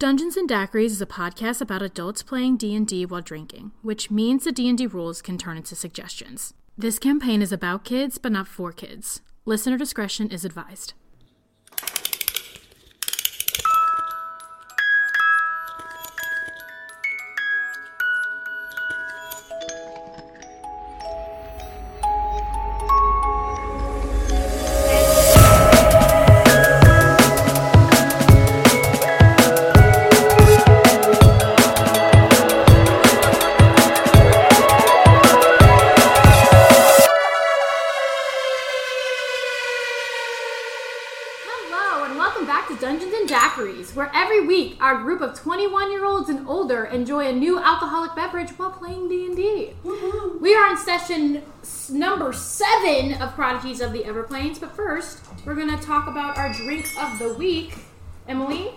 Dungeons and Daiquiris is a podcast about adults playing D&D while drinking, which means the D&D rules can turn into suggestions. This campaign is about kids, but not for kids. Listener discretion is advised. Hello, and welcome back to Dungeons and Daiquiris, where every week our group of 21-year-olds and older enjoy a new alcoholic beverage while playing D&D. We are in session s- number seven of Prodigies of the Everplanes, but first we're going to talk about our drink of the week. Emily,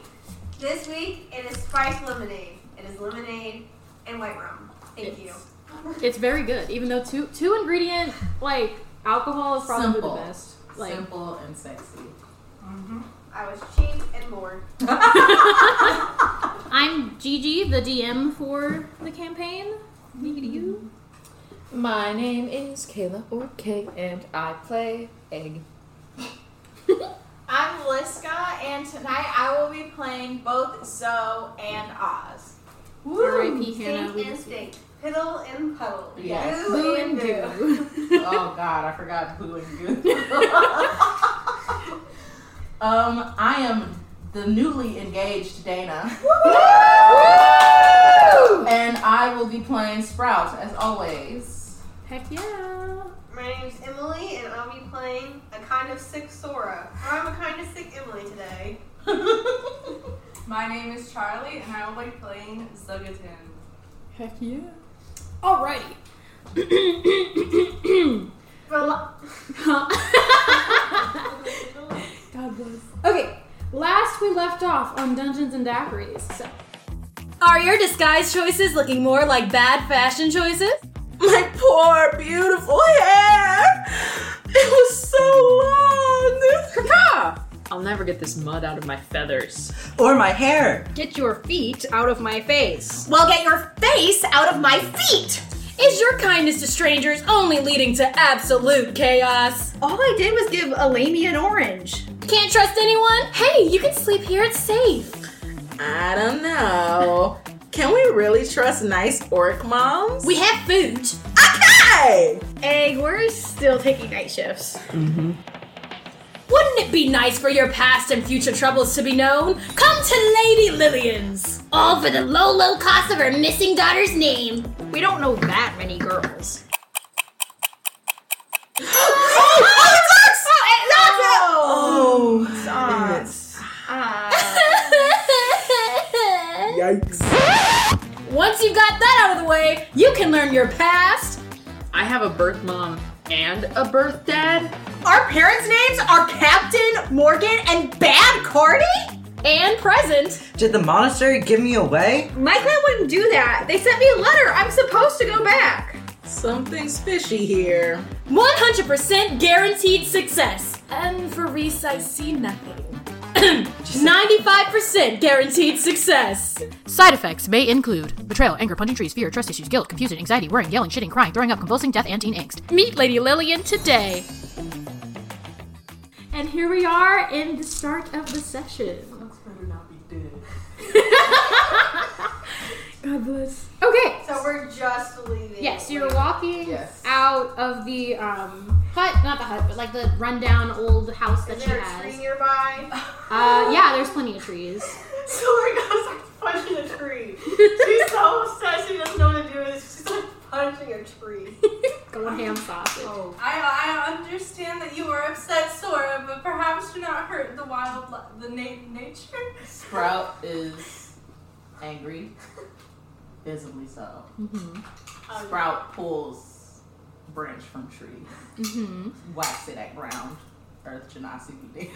This week it is spiced lemonade. It is lemonade and white rum. Thank you. it's very good, even though two two ingredient like alcohol is probably Simple. the best. Like Simple and sexy. I was cheap and bored. I'm Gigi, the DM for the campaign. Yiggity you. My name is Kayla or Kay, and I play Egg. I'm Liska, and tonight I will be playing both Zoe and Oz. R.I.P. Hannah. Sink We and just- stink. Piddle and puddle. Yes. Boo, and boo. oh God, I forgot Boo and Goo. um, I am the newly engaged Dana. and I will be playing Sprout as always. Heck yeah. My name's Emily and I'll be playing a kind of sick Sora. Or I'm a kind of sick Emily today. My name is Charlie, and I will be playing Zugatin. Heck yeah. Alrighty. For lo- okay, last we left off on Dungeons and Daiquiris. So. Are your disguise choices looking more like bad fashion choices? My poor, beautiful hair. It was so long. I'll never get this mud out of my feathers. or my hair. Get your feet out of my face. Well, get your face out of my feet. Is your kindness to strangers only leading to absolute chaos? All I did was give Elamie an orange. Can't trust anyone? Hey, you can sleep here, it's safe. I don't know. Can we really trust nice orc moms? We have food. hey! Egg, we're still taking night shifts. Wouldn't it be nice for your past and future troubles to be known? Come to Lady Lillian's. All for the low, low cost of her missing daughter's name. We don't know that many girls. Oh, yikes. Once you've got that out of the way, you can learn your past. I have a birth mom and a birth dad. Our parents' names are Captain, Morgan, and Bad Cardi? And present. Did the monastery give me away? My clan wouldn't do that. They sent me a letter. I'm supposed to go back. Something's fishy here. 100% guaranteed success. And for Reese, I see nothing. 95% guaranteed success. Side effects may include betrayal, anger, punching trees, fear, trust issues, guilt, confusion, anxiety, worrying, yelling, shitting, crying, throwing up, convulsing, death, and teen angst. Meet Lady Lillian today. And here we are in the start of the session. God bless. Okay. so we're just leaving. Yes, you're walking Yes. out of the um, hut, not the hut, but like the rundown old house that Is she there has. a tree nearby? Uh, yeah, there's plenty of trees. Sora goes like punching a tree. She's so upset she doesn't know what to do with this. She's like punching a tree. Going ham sausage. I, I understand that you are upset, Sora, but perhaps do not hurt the wild, li- the na- nature. Sprout is angry. Visibly so. Um, Sprout pulls branch from tree, Mm-hmm. whacks it at ground. Earth Genasi be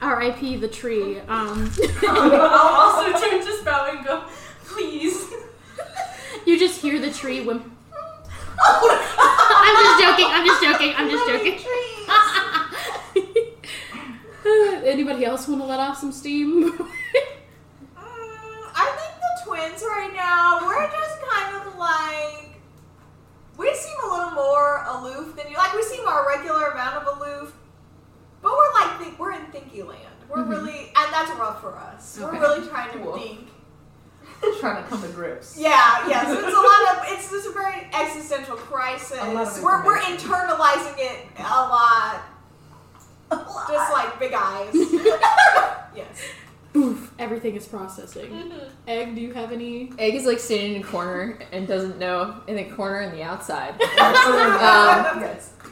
R.I.P. the tree. Um, I'll also turn to Sprout and go, please. you just hear the tree whim. I'm just joking. I'm just joking. I'm just joking. anybody else want to let off some steam? Uh, I think the twins right now, we're just kind of like we seem a little more aloof than you. Like we seem our regular amount of aloof, but we're like think, we're in thinky land. We're Mhm. really and that's rough for us. Okay. We're really trying to Cool. think. Trying to come to grips. Yeah, yeah. So it's a lot of it's this very existential crisis. A lot of we're we're information. internalizing it a lot. Just like big eyes. yes. Boof. Everything is processing. Mm-hmm. Egg, do you have any? Egg is like standing in a corner and doesn't know in the corner and the outside. um,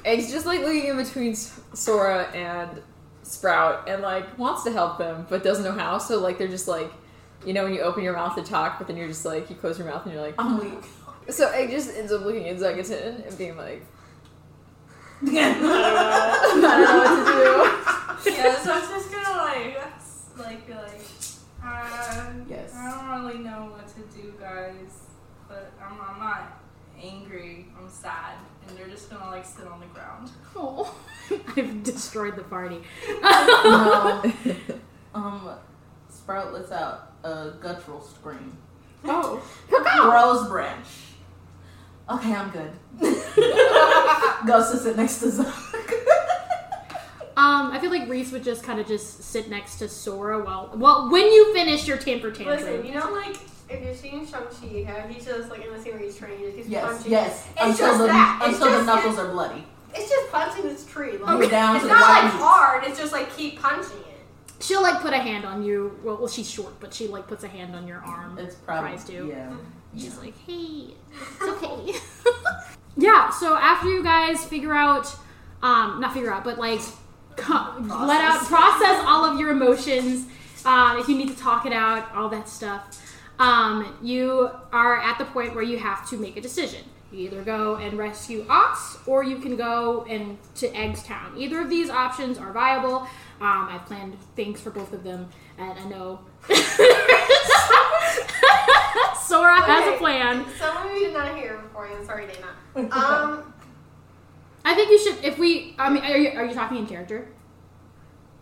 Egg's just like looking in between S- Sora and Sprout and like wants to help them but doesn't know how. So like they're just like, you know, when you open your mouth to talk, but then you're just like you close your mouth and you're like, I'm weak. So Egg just ends up looking at Zugaton and being like, yeah, I don't know what to do. so I'm just gonna like, that's, like, be like, um, Yes. I don't really know what to do, guys, but I'm, I'm not angry. I'm sad, and they're just gonna like sit on the ground. Oh, I've destroyed the party. No. um, Sprout lets out a guttural scream. Oh. Rose branch. Okay, I'm good. Goes to sit next to Zara. Um, I feel like Reese would just kind of just sit next to Sora while well when you finish your tamper tantrum. Listen, you know, like if you're seeing Shang-Chi, how he's just like in the series train, just keeps Yes, punching. yes. It's until just the, that. It's Until the just knuckles are bloody. It's just punching this tree. Okay. Like Down it's to the not bottom like of it. hard. It's just like keep punching it. She'll like put a hand on you. Well, well, she's short, but she like puts a hand on your arm. It's probably- tries to. yeah. She's like, hey, it's okay. yeah. So after you guys figure out, um, not figure out, but like, co- let out, process all of your emotions. Um, if you need to talk it out, all that stuff. Um, you are at the point where you have to make a decision. You either go and rescue Ox, or you can go and to Eggs Town. Either of these options are viable. Um, I've planned things for both of them, and I know Sora has a Okay. plan. Some of you did not hear before. I'm sorry, Dana. Um, I think you should. If we, I mean, are you, are you talking in character?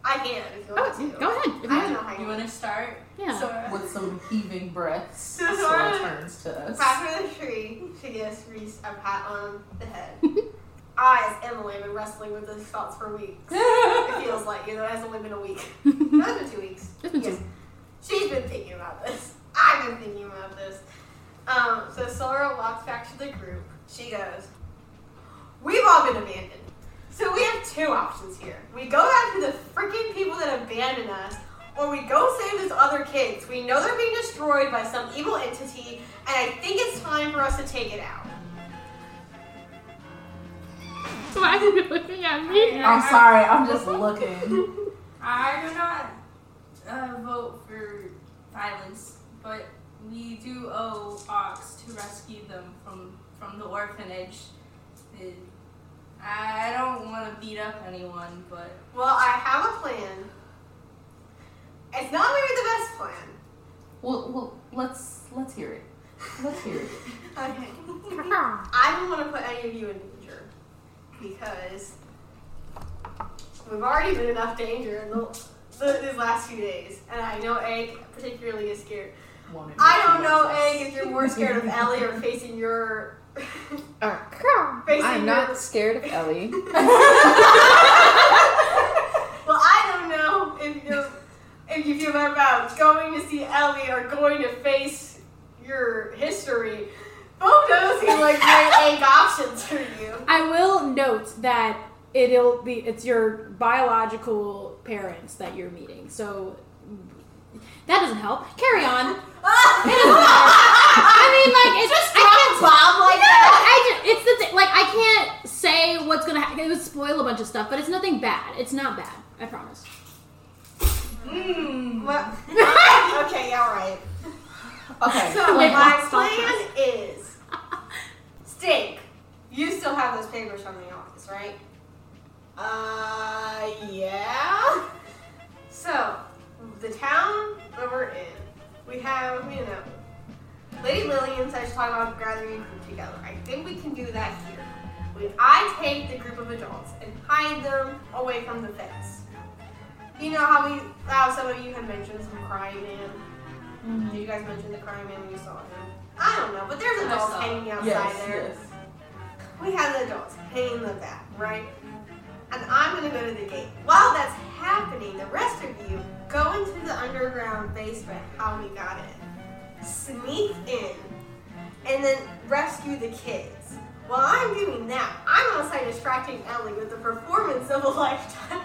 I can if you Oh, want to. go ahead. If I you don't know want how You you. wanna start? Yeah. Sora? With some heaving breaths, So Sora Sora- turns to us. Back from the tree, she gives Reese a pat on the head. I, as Emily, have been wrestling with those thoughts for weeks. it feels like, you know, it has only been a week. No, it's been two weeks. Hmm. It's been two. She's been thinking about this. I've been thinking about this. Um, so Sora walks back to the group. She goes, We've all been abandoned. So we have two options here. We go back to the freaking people that abandoned us, or we go save these other kids. We know they're being destroyed by some evil entity, and I think it's time for us to take it out. Why are you looking at me? I'm sorry, I'm just looking. I do not uh, vote for violence, but we do owe Ox to rescue them from from the orphanage. Uh, I don't want to beat up anyone, but Well, I have a plan. It's not maybe the best plan. Well, well, let's let's hear it. Let's hear it. Okay. I don't want to put any of you in danger because we've already been in enough danger in the, the, these last few days, and I know Egg particularly is scared. I don't know, Egg, if you're more scared of Ellie or facing your facing I'm your- not scared of Ellie. Well, I don't know if you if you feel better about going to see Ellie or going to face your history. Both those seem like great egg options for you. I will note that it'll be it's your biological parents that you're meeting, so that doesn't help. Carry on. It doesn't matter. I mean, like it's just I can't bomb like that. I just, it's the thing. Like I can't say what's gonna happen. It would spoil a bunch of stuff, but it's nothing bad. It's not bad. I promise. Well, okay, all right. Okay. So Wait, my what's plan is steak. You still have those papers from the office, right? Uh, yeah. So the town that we're in, we have you know, Lady Lillian says she's talking about gathering a group together. I think we can do that here. When I take the group of adults and hide them away from the fence. You know how we, how some of you had mentioned the crying man. Did you guys mention the crying man when you saw him? I don't know, but there's Mm-hmm. I adults saw him. hanging outside Yes, there. yes. We have the adults hanging the back, right? And I'm gonna go to the gate. While that's happening, the rest of you go into the underground basement, how we got in, sneak in, and then rescue the kids. While I'm doing that, I'm outside distracting Ellie with the performance of a lifetime.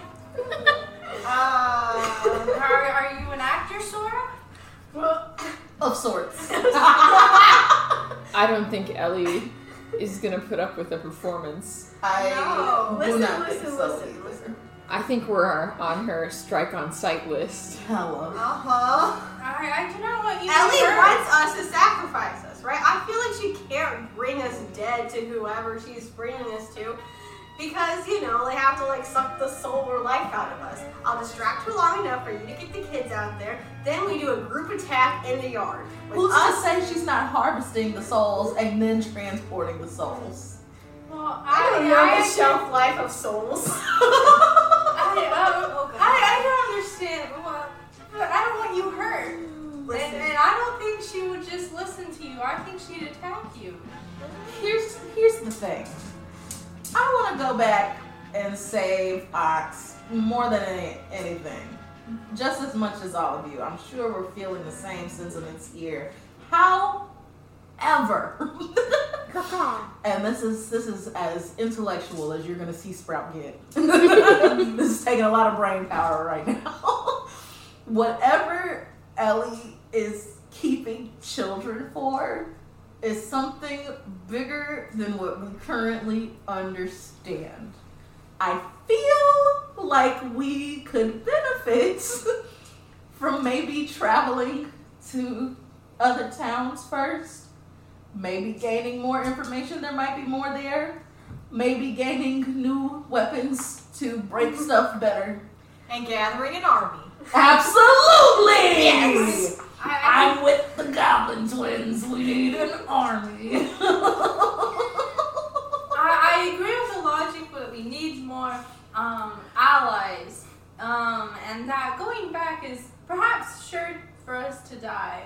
Uh, Ah. are, are you an actor, Sora? Well, Of sorts. I don't think Ellie is gonna put up with a performance. I No, do listen, not listen, think so. listen, listen. I think we're on her strike on sight list. Hello. Uh-huh. I, I do not want you Ellie to hurt. wants us to sacrifice us, right? I feel like she can't bring us dead to whoever she's bringing us to because, you know, they have to, like, suck the soul or life out of us. I'll distract her long enough for you to get the kids out there. Then we do a group attack in the yard. With Who's us to say she's not harvesting the souls and then transporting the souls? Well, I don't know the actually- shelf life of souls. I, uh, I, I don't understand. Well, but I don't want you hurt. Listen. And, and I don't think she would just listen to you. I think she'd attack you. Here's here's the thing. I want to go back and save Ox more than any, anything, just as much as all of you. I'm sure we're feeling the same sentiments here. However, and this is this is as intellectual as you're gonna see Sprout get. this is taking a lot of brain power right now. Whatever Ellie is keeping children for is something bigger than what we currently understand. I feel like we could benefit from maybe traveling to other towns first, maybe gaining more information, there might be more there, maybe gaining new weapons to break Mm-hmm. stuff better. And gathering an army. Absolutely! Yes! I, am with the Goblin Twins. We need an army. I, I agree with the logic, but we need more um, allies. Um, and that going back is perhaps sure for us to die.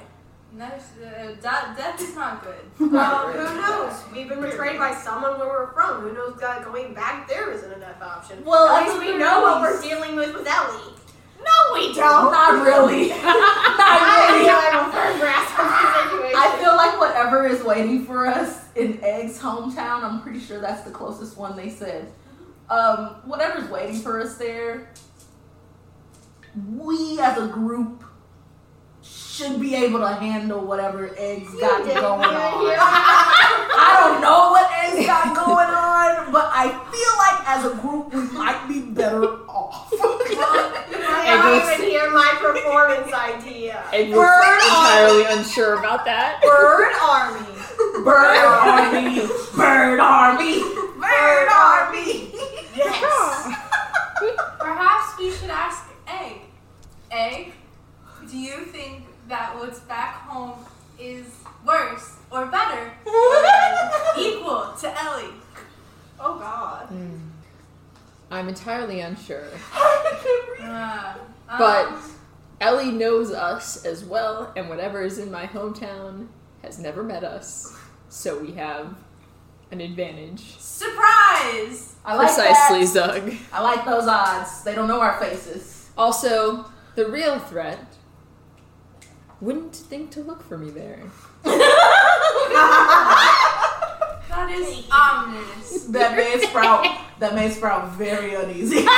And that's, uh, de- death is not good. Well, Um, who knows? We've been betrayed by someone where we're from. Who knows that going back there isn't an F option. Well, at least that's we what know it what we're is. dealing with with Ellie. No, we don't. Not really. Not I really. feel I'm a firm grasp of the situation. I feel like whatever is waiting for us in Egg's hometown, I'm pretty sure that's the closest one they said. Um, whatever's waiting for us there, we as a group should be able to handle whatever Egg's got did going on. good, you. I don't know what Egg's got going on, but I feel like as a group we might be better off. I don't even hear my performance idea. And Burn we're entirely unsure about that. Bird army. Bird army. Bird army. Bird army. Yes. Perhaps we should ask Egg. Egg, do you think that what's back home is worse or better or equal to Ellie? Oh God. I'm entirely unsure. Uh, um, But Ellie knows us as well, and whatever is in my hometown has never met us, so we have an advantage. surprise! I like Precisely, that. Zug. I like those odds. They don't know our faces. Also, the real threat wouldn't think to look for me there. That is ominous. That made Sprout. that made Sprout very uneasy. God,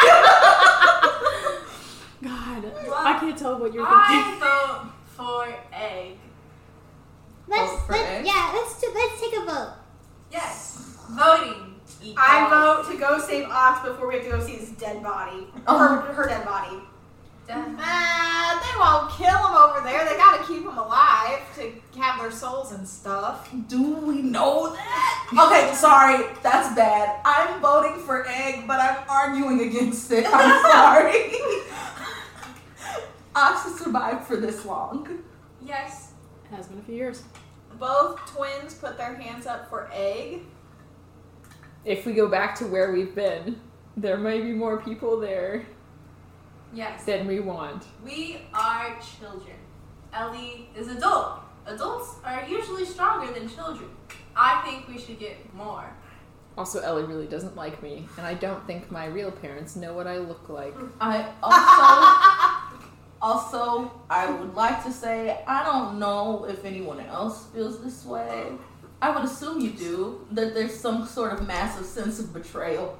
Well, I can't tell what you're thinking. I vote for Egg. Vote Let's for let, Egg? yeah, let's do, let's take a vote. Yes, voting. equals- I vote to go save Ox before we have to go see his dead body. Um, Her, her dead body. Death. Uh, they won't kill him over there. They gotta keep him alive to have their souls and stuff. Do we know that? Okay, sorry, that's bad. I'm voting for egg, but I'm arguing against it. I'm sorry. Ox has survived for this long. Yes. It has been a few years. Both twins put their hands up for egg. If we go back to where we've been, there may be more people there. Yes. than we want. We are children. Ellie is adult. Adults are usually stronger than children. I think we should get more. Also, Ellie really doesn't like me, and I don't think my real parents know what I look like. I also also I would like to say I don't know if anyone else feels this way. I would assume you do that there's some sort of massive sense of betrayal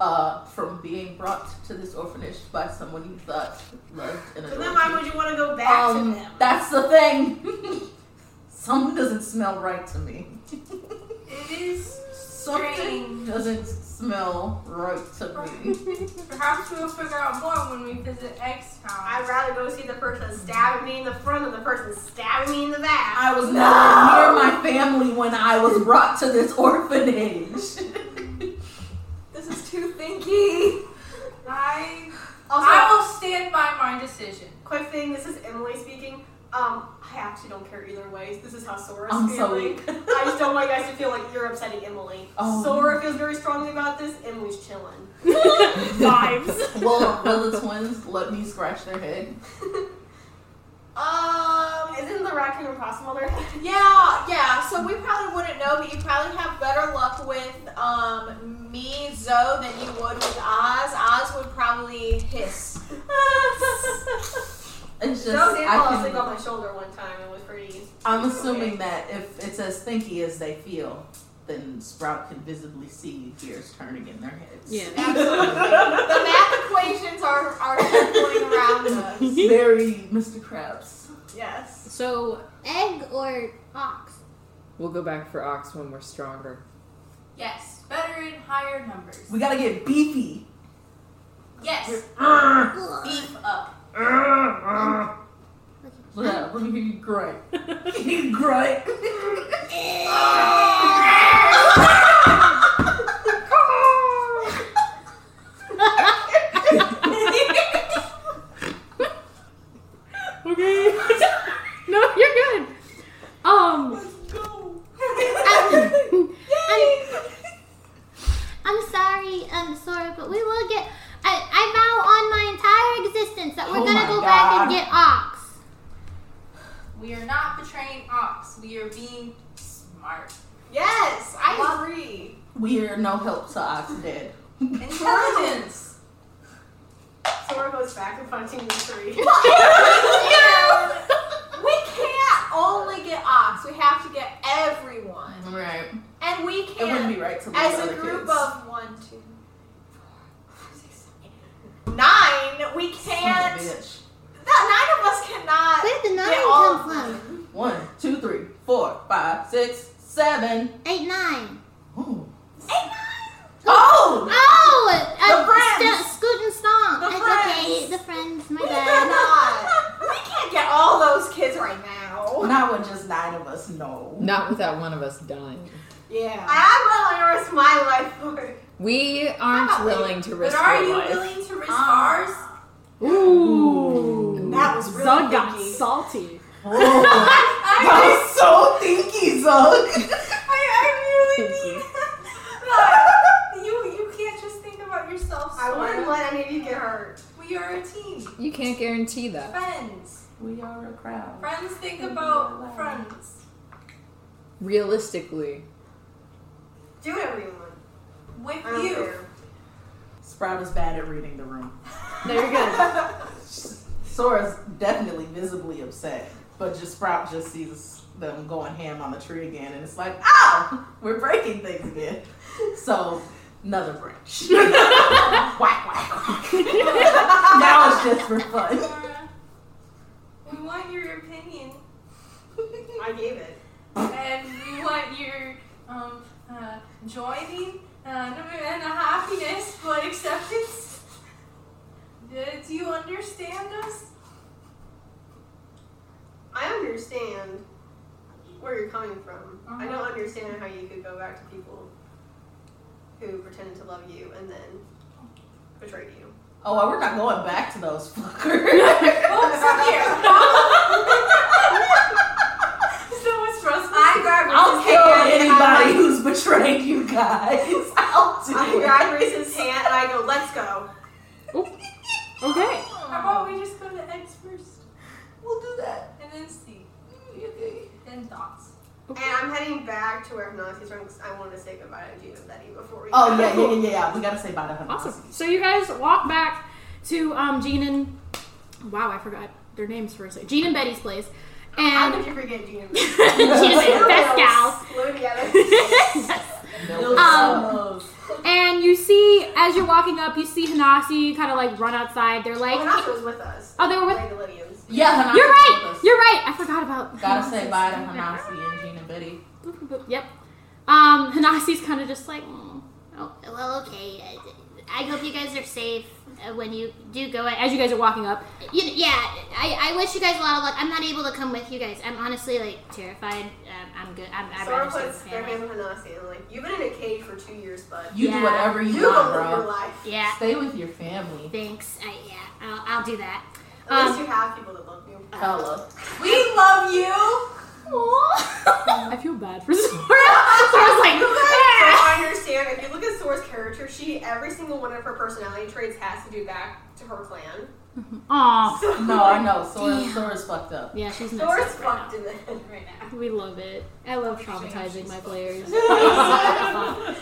uh, from being brought to this orphanage by someone you thought loved and So adored. then why you. would you want to go back Um, to them? That's the thing. Something doesn't smell right to me. It is Something doesn't smell right to me. Perhaps we'll figure out more when we visit X Town. I'd rather go see the person stabbing me in the front than the person stabbing me in the back. I was not near my family when I was brought to this orphanage. This is too thinky. I Also- I will stand by my decision. Quick thing, this is Emily speaking. Um, I actually don't care either way. This is how Sora's I'm so feeling. weak. I just don't want you guys to feel like you're upsetting Emily. Oh. Sora feels very strongly about this. Emily's chilling. will, will the twins let me scratch their head? Um, isn't the raccoon possible there? Yeah, yeah. So we probably wouldn't know, but you probably have better luck with um, me, Zoe, than you would with Oz. Oz would probably hiss. It's just Joe did I fall can- asleep on my shoulder one time. It was pretty. I'm assuming that if it's as thinky as they feel, then Sprout can visibly see gears turning in their heads. Yeah. The math equations are are circling around us. Very Mr. Krabs. Yes. So Egg or ox? We'll go back for Ox when we're stronger. Yes, better in higher numbers. We gotta get beefy. Yes, Uh, beef up. uh, uh. Yeah, let me hear you gripe. you gripe. okay. no, you're good. Um, I'm, I'm sorry, um, Sora, but we will get. I, I vow on my entire existence that we're Oh gonna my go back and God. get Ox. We are not betraying Ox. We are being smart. Yes, I agree. We are no help to Ox dead. Intelligence. Sora goes back and punching the tree. We can't only get Ox. We have to get everyone, Right. and we It wouldn't can't be right to lose as other a group kids. of one, two, four, five, six, seven, eight, nine. We Son can't. of a bitch. That nine of us cannot. Where did the nine get all come of them. from? One, two, three, four, five, six, seven. Eight, nine. Ooh. Oh, Oh, uh, friends. st- Scoot and Stomp. The it's okay. friends. The friends, my we bad. cannot. We can't get all those kids right now. Not with just nine of us, no. Not without one of us dying. yeah. I will risk my life for it. We aren't willing to But risk are our you life. willing to risk ours? ooh, That was really Zug got thinky. salty. That was Oh. so thinky, Zug. I, I Thank you. really. you you can't just think about yourself. I wouldn't Sora. let any of you get hurt. We are a team. You can't guarantee that. Friends. We are a crowd. Friends think about friends. Realistically, Do whatever you want. With I don't you. care. Sprout is bad at reading the room. There you go. Sora's definitely visibly upset, but just Sprout just sees them going ham on the tree again, and it's like, ah, we're breaking things again. So another branch. whack whack whack. now it's just for fun. Sora, we want your opinion, I gave it. and we want your um, uh, joining and, and a happiness, but acceptance. Do, do you understand us? I understand where you're coming from. I don't understand how you could go back to people who pretended to love you and then betrayed you. Oh, well, we're not going back to those fuckers. So much trust. I grab I'll Reese's kill hand and I'm anybody who's betrayed you guys. I'll do I it. grab Reese's hand and I go, let's go. Okay. we just go to X first? We'll do that. And then see. Okay. Then thoughts. And I'm heading back to where Nazi's from because I want to say goodbye to Gina Betty before we Oh go. yeah, yeah, yeah, yeah, yeah. We gotta say bye to Hanasi. Awesome. So you guys walk back to um, Gene and wow, I forgot their names for a second. Gene and Betty's place, How and did you forget Gina Betty? Gina's the best gal. Slow together. Um, and you see, as you're walking up, you see Hanasi kind of like run outside. They're like, Hanasa was with us. Oh, they were with. Like the Lydians. Yeah, Hanasi You're was right. with us. You're right. I forgot about. Gotta say bye to Yeah. Hanasi and Gina Betty. Boop, boop, boop. Yep. Um, Hanasi's kind of just like, "Mm, oh, Well, okay. I, I hope you guys are safe uh, when you do go. as you guys are walking up. You, yeah, I, I wish you guys a lot of luck. I'm not able to come with you guys. I'm honestly like terrified. Um, I'm good. I'm, I'd Sora rather stay puts with their family. hand on Hanasi and like, you've been in a cage for two years, bud. You do Yeah. whatever you, You go want, live bro. your life. Yeah. Stay with your family. Thanks. I, yeah, I'll, I'll do that. At Um, least you have people that love you. Hello. We love you. I feel bad for Sora. Sora's like, I understand. If you look at Sora's character, she every single one of her personality traits has to do back to her clan. "Ah." aw. Oh, No, I know. Sora, Damn. Sora's fucked up. Yeah, she's messed Sora's up. fucked in the head right now. We love it. I love traumatizing my players.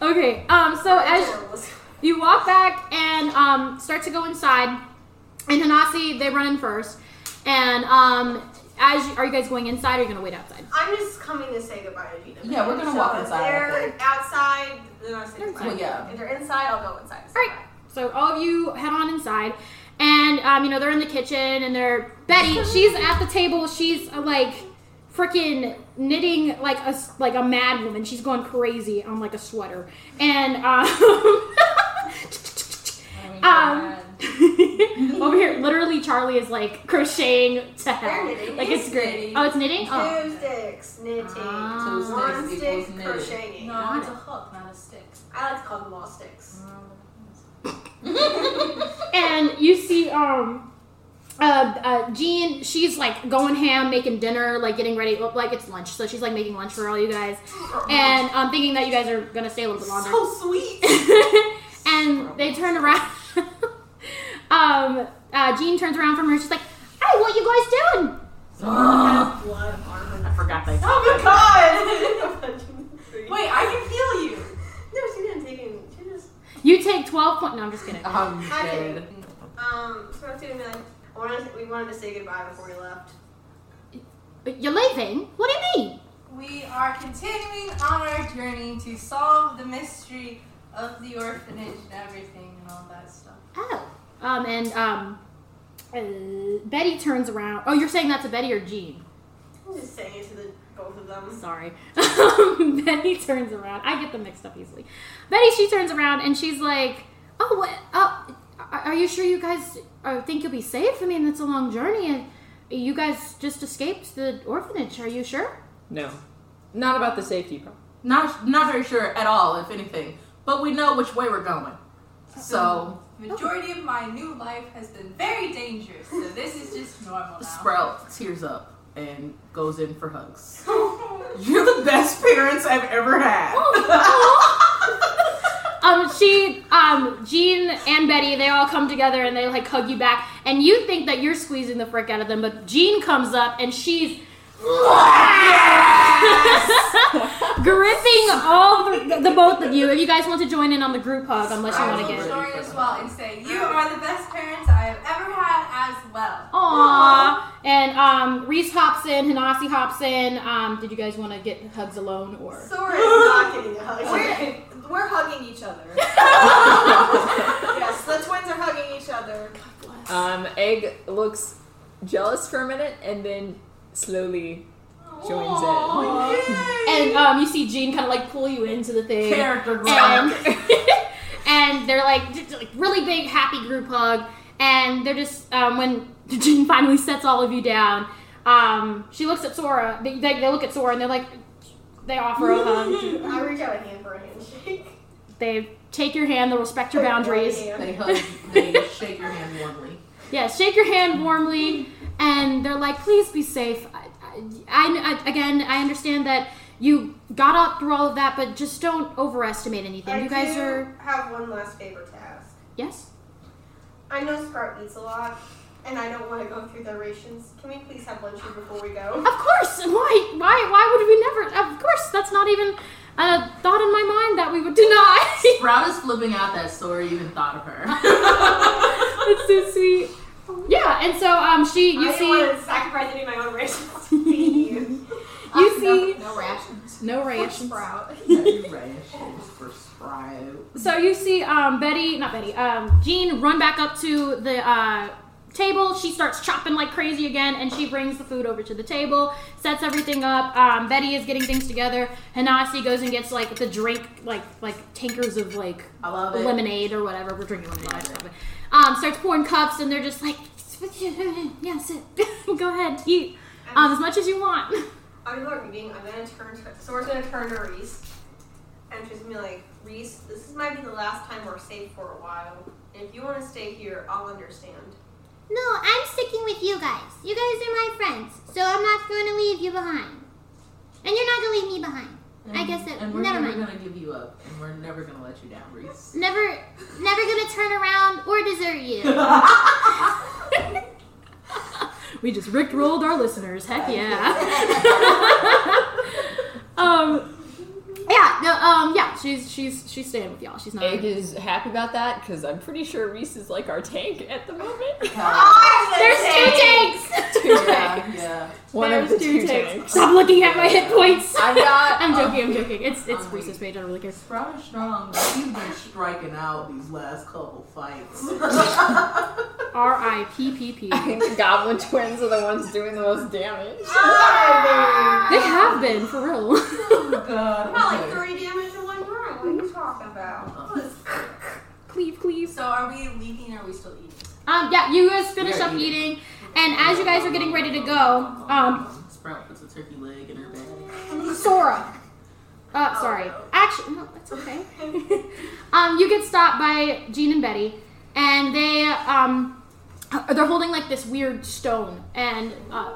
okay, um, so as you walk back and um, start to go inside, and Hanasi, they run in first, and um, as you, are you guys going inside or are you gonna wait outside? I'm just coming to say goodbye to Gina. Yeah, we're gonna So walk if inside, I They're think. outside. Then I'll say goodbye. Well, yeah. If they're inside, I'll go inside. All right, so all of you head on inside, and um, you know they're in the kitchen, and they're Betty. She's at the table. She's uh, like freaking knitting like a s- like a mad woman. She's going crazy on like a sweater, and um, um over here, literally Charlie is like crocheting to hell. They're knitting. Like it's It's great. knitting. Oh, it's knitting. Oh. Two sticks, knitting. Ah. Two one sticks stick, equals knitting. crocheting. No, it's a hook, not a stick. I like to call them all sticks. Oh. and you see um uh, uh Jean, she's like going ham, making dinner, like getting ready, look like it's lunch. So she's like making lunch for all you guys, and um, thinking that you guys are gonna stay a little bit longer. So sweet. and they turn around. um, uh, Jean turns around from her. She's like, "Hey, what you guys doing?" Has blood on I her. forgot they. Oh my god. Wait. Wait, I can feel you. No, she didn't take any. She just. You take twelve point. No, I'm just kidding. I'm I did. dead. Um, so I was gonna be like, I wanted to, we wanted to say goodbye before we left. But you're leaving. What do you mean? We are continuing on our journey to solve the mystery of the orphanage and everything and all that stuff. Oh. Um, and um, uh, Betty turns around. Oh, you're saying that to Betty or Jean? I'm just saying it to the both of them. Um, Sorry. Betty turns around. I get them mixed up easily. Betty, she turns around and she's like, "Oh, what? Oh, are are you sure you guys uh, think you'll be safe? I mean, it's a long journey, and you guys just escaped the orphanage. Are you sure?" No. Not about the safety problem. Not not very sure at all, if anything. But we know which way we're going. So Majority of my new life has been very dangerous, so this is just normal now. Sprout tears up and goes in for hugs. You're the best parents I've ever had. Um, she, um, Jean and Betty, they all come together and they like hug you back, and you think that you're squeezing the frick out of them, but Jean comes up and she's gripping all the, the both of you. If you guys want to join in on the group hug, unless you I want will to get. join as well and say, You are the best parents I have ever had as well. Aww. And um, Reese hops in, Hanasi hops in. Um, did you guys want to get hugs alone or? Sora is not getting a hug. We're, we're hugging each other. yes, the twins are hugging each other. Um, Egg looks jealous for a minute and then slowly joins And um, you see Jean kind of like pull you into the thing. Character and, Um, and they're like, just, like really big happy group hug and they're just um, when Jean finally sets all of you down um, she looks at Sora they, they, they look at Sora and they're like they offer a hug I reach out a hand for a handshake. they take your hand they'll respect your boundaries They hug. They shake your hand warmly. yeah shake your hand warmly and they're like please be safe I, I, I- again I understand that you got up through all of that but just don't overestimate anything I you guys do are have one last favor to ask. yes I know Sprout eats a lot, and I don't want to go through their rations. Can we please have lunch here before we go? Of course. and Why? Why? Why would we never? Of course, that's not even a thought in my mind that we would deny. Sprout is flipping out that Sora even thought of her. it's so sweet. Yeah, and so um, she you I see didn't want to sacrifice any of my own rations. you see no, rations. no rations. Sprout. Rations for Sprout. So you see um, Betty, not Betty, um, Jean run back up to the uh, table. She starts chopping like crazy again, and she brings the food over to the table, sets everything up. Um, Betty is getting things together. Hanasi goes and gets like the drink, like like tankers of like I love it. lemonade or whatever. We're drinking lemonade. I don't know. Um, starts pouring cups, and they're just like, yeah, sit, go ahead, eat um, as much as you want. I'm not reading. I'm gonna turn to Sora's gonna turn to Reese, and she's gonna be like, Reese, this is might be the last time we're safe for a while. And if you want to stay here, I'll understand. No, I'm sticking with you guys. You guys are my friends, so I'm not going to leave you behind. And you're not going to leave me behind. I guess that. And we're Never never mind. gonna give you up, and we're never gonna let you down, Reese. Never, never going to turn around or desert you. We just rick rolled our listeners. Heck yeah. um, yeah, no, um, yeah. She's she's she's staying with y'all. She's not. Egg is happy about that because I'm pretty sure Reese is like our tank at the moment. Oh, There's two tanks. two tanks. Yeah. One There's of the two, two tanks. tanks. Stop looking at my hit points. I've got- I'm joking. I'm joking. It's it's Reese's page. I don't really care. Sprout is strong. but He's been striking out these last couple fights. R I P P P. I think the goblin twins are the ones doing the most damage. They have been for real. Oh, God. Uh-huh. Not like three damage in one room. What are you talking about? cleave, cleave. So are we leaking or are we still eating? Um, yeah. You guys finish Yeah, up eat it. eating, and as you guys are getting ready to go, um, Sprout puts a turkey leg in her bag. Sora. Uh, sorry. Actually, no, that's okay. um, you get stopped by Gene and Betty, and they um, they're holding like this weird stone, and uh,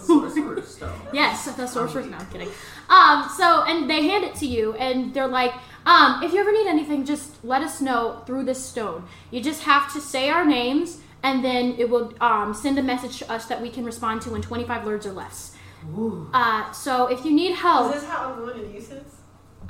Sorcerer's stone. yes, the sorcerer's. No, I'm kidding. Um, so and they hand it to you, and they're like, um, if you ever need anything, just let us know through this stone. You just have to say our names, and then it will um, send a message to us that we can respond to in 25 words or less. Ooh. Uh, so if you need help. Is this how unlimited use is?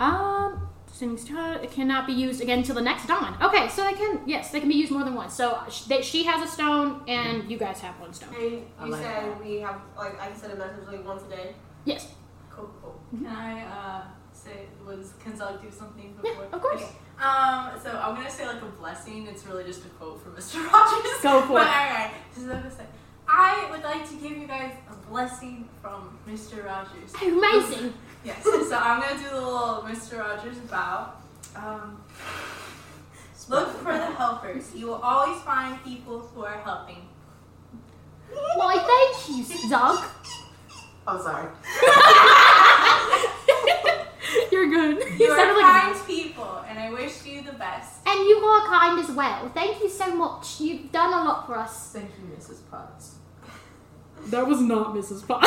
Um, assuming st- it cannot be used again until the next dawn. Okay, so they can yes, they can be used more than once. So sh- they, she has a stone, and you guys have one stone. And you I like said that. we have like I can send a message like once a day. Yes. Cool, cool. Can I uh, say, was Kinzel do something Yeah, before? of course. Um, so I'm gonna say like a blessing. It's really just a quote from Mr. Rogers. Go for but, it. All right. So I'm gonna say, I would like to give you guys a blessing from Mr. Rogers. Amazing. Yes. So I'm gonna do the little Mr. Rogers bow. Um, look for the helpers. You will always find people who are helping. Why, thank you, dog. I'm sorry. You're good. You You are sounded like. kind people, and I wish you the best. and you are kind as well. Thank you so much. You've done a lot for us. Thank you, Mrs. Potts. That was not Mrs. Pot.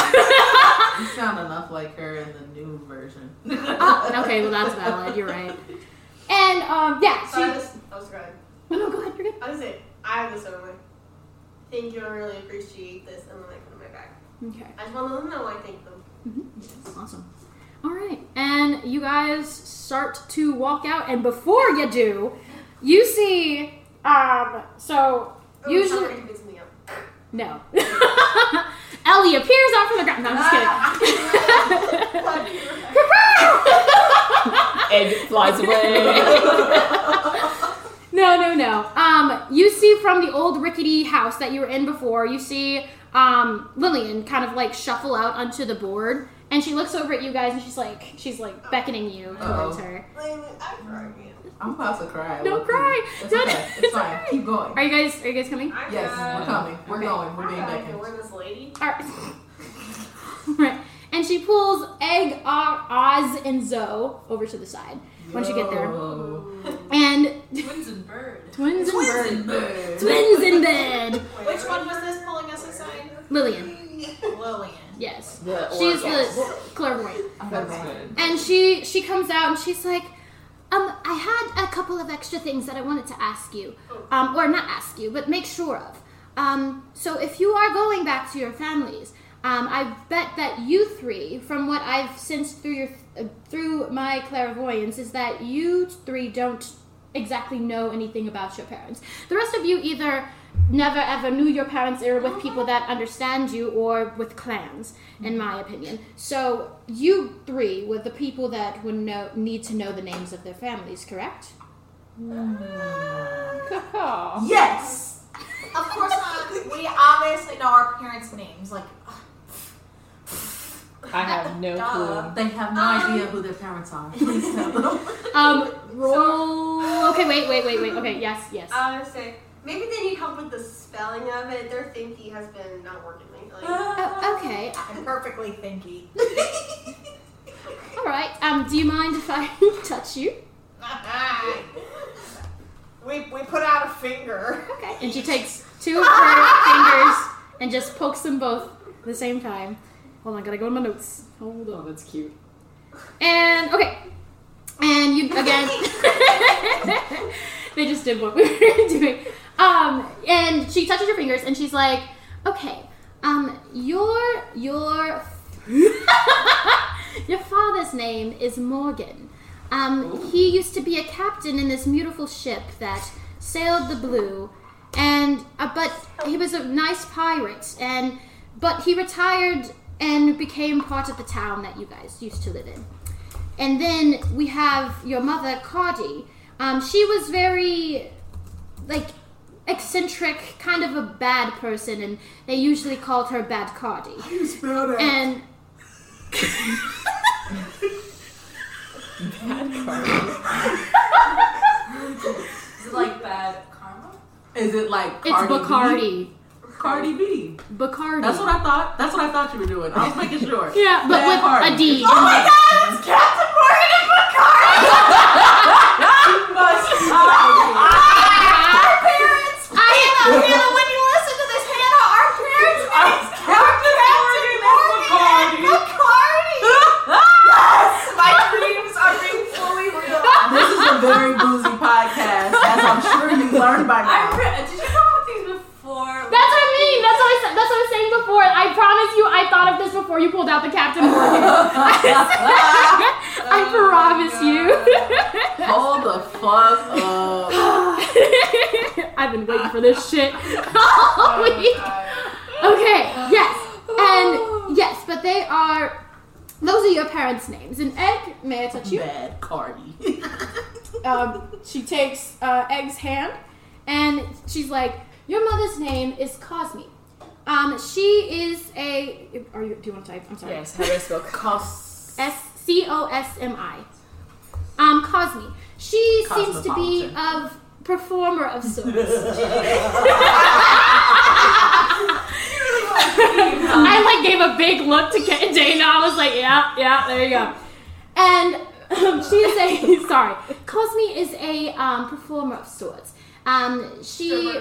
You sound enough like her in the new version. Ah, okay, well that's valid. You're right. And um, yeah, So I she. just I was good. Oh, No, no, go ahead. You're good. I was like, I have this on like thank you, I really appreciate this and then I put it in my bag. Okay. I just wanna let them know I thank them. Oh, Awesome. All right, and you guys start to walk out, and before you do, you see. Um. So Oh, usually, somebody picked me up. no. Ellie appears out from the ground. No, I'm just kidding. Egg flies away. No, no, no. Um, you see from the old rickety house that you were in before, you see um, Lillian kind of like shuffle out onto the board, and she looks over at you guys, and she's like, she's like beckoning you towards Uh-oh. her. I'm crying. I'm about to cry. Don't cry. It's Don't- okay. It's it's fine. Keep going. Are you guys? Are you guys coming? I'm Yes, not- we're coming. We're Okay. going. We're I'm being not taken. ignoring this lady. All right. right. And she pulls Egg, O- Oz, and Zoe over to the side once you get there. Yo. And Twins and bird. twins and bird. Bird. Twins in bed. Which one was this pulling us aside? Lillian. Lillian. Yes. The She's oracles. the clairvoyant. That's good. And she she comes out and she's like, Um, I had a couple of extra things that I wanted to ask you, um, or not ask you, but make sure of. Um, so if you are going back to your families, um, I bet that you three, from what I've sensed through your uh, through my clairvoyance, is that you three don't exactly know anything about your parents. The rest of you either never ever knew your parents or with people that understand you or with clans in my opinion so you three were the people that would know need to know the names of their families correct Yes. Of course not. We obviously know our parents' names. Like, I have no Duh. clue. They have no idea who their parents are. Please tell them. um roll Uh, okay wait wait wait wait okay yes yes I was gonna say maybe they need help with the spelling of it. Their thinking has been not working lately. oh, okay I'm perfectly thinky. all right um do you mind if i touch you we, we put out a finger. Okay. and she takes two of her fingers and just pokes them both at the same time hold on gotta go to my notes hold on that's cute and okay and you again they just did what we were doing. Um, and she touches her fingers and she's like, "Okay, um, your your your father's name is Morgan. Um, he used to be a captain in this beautiful ship that sailed the blue, and uh, but he was a nice pirate, and but he retired and became part of the town that you guys used to live in." And then we have your mother, Cardi. Um, she was very, like, eccentric, kind of a bad person, and they usually called her Bad Cardi. You spell that. And Is it like bad karma? Is it like it's Cardi Bacardi. B? Cardi B. Bacardi. That's what I thought. That's what I thought you were doing. I was making sure. Yeah, but Bad with Cardi. a D. Oh my god, it's Captain Morgan and Bacardi! you must Our parents! Hannah, Hannah, when you listen to this, Hannah, our parents names are Captain Morgan and Bacardi! yes! My dreams are being fully real. This is a very boozy podcast, as I'm sure you learned I by now. re- did you come up with these before? That's what I mean. That's what I said. That's what I was saying before. I promise you, I thought of this before you pulled out the Captain Morgan. Oh, I promise you. Hold the fuck up. I've been waiting for this shit all week. Okay, yes. And yes, but they are those are your parents' names. And Egg, may I touch you? Bad Cardi. Um, she takes uh, Egg's hand and she's like, Your mother's name is Cosme. Um, she is a are you do you want to type? I'm sorry. Yes, how do I spell Cos. S C O S M I. Um, Cosme. She seems to be of performer of sorts. I like gave a big look to Ke- Dana. I was like, yeah, yeah, there you go. And um, she is a sorry. Cosme is a um, performer of sorts. Um, she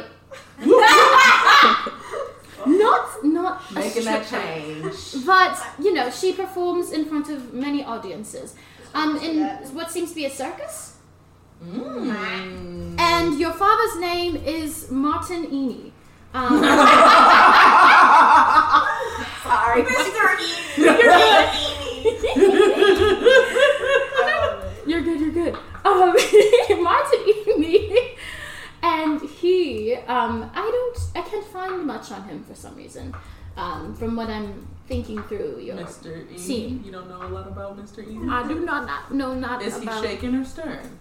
not not a Making that stripper. change. But you know, she performs in front of many audiences, um, in what seems to be a circus. Hmm. Mm. And your father's name is Martin Eni. Um, Sorry, Mr. E. you're good. You're good. Um, Martin Eni, and he. Um, I don't. I can't find much on him for some reason. Um, from what I'm thinking through your Mr. E. Scene. You don't know a lot about Mr. E. I do not, not know not Is he about. shaking or stirring?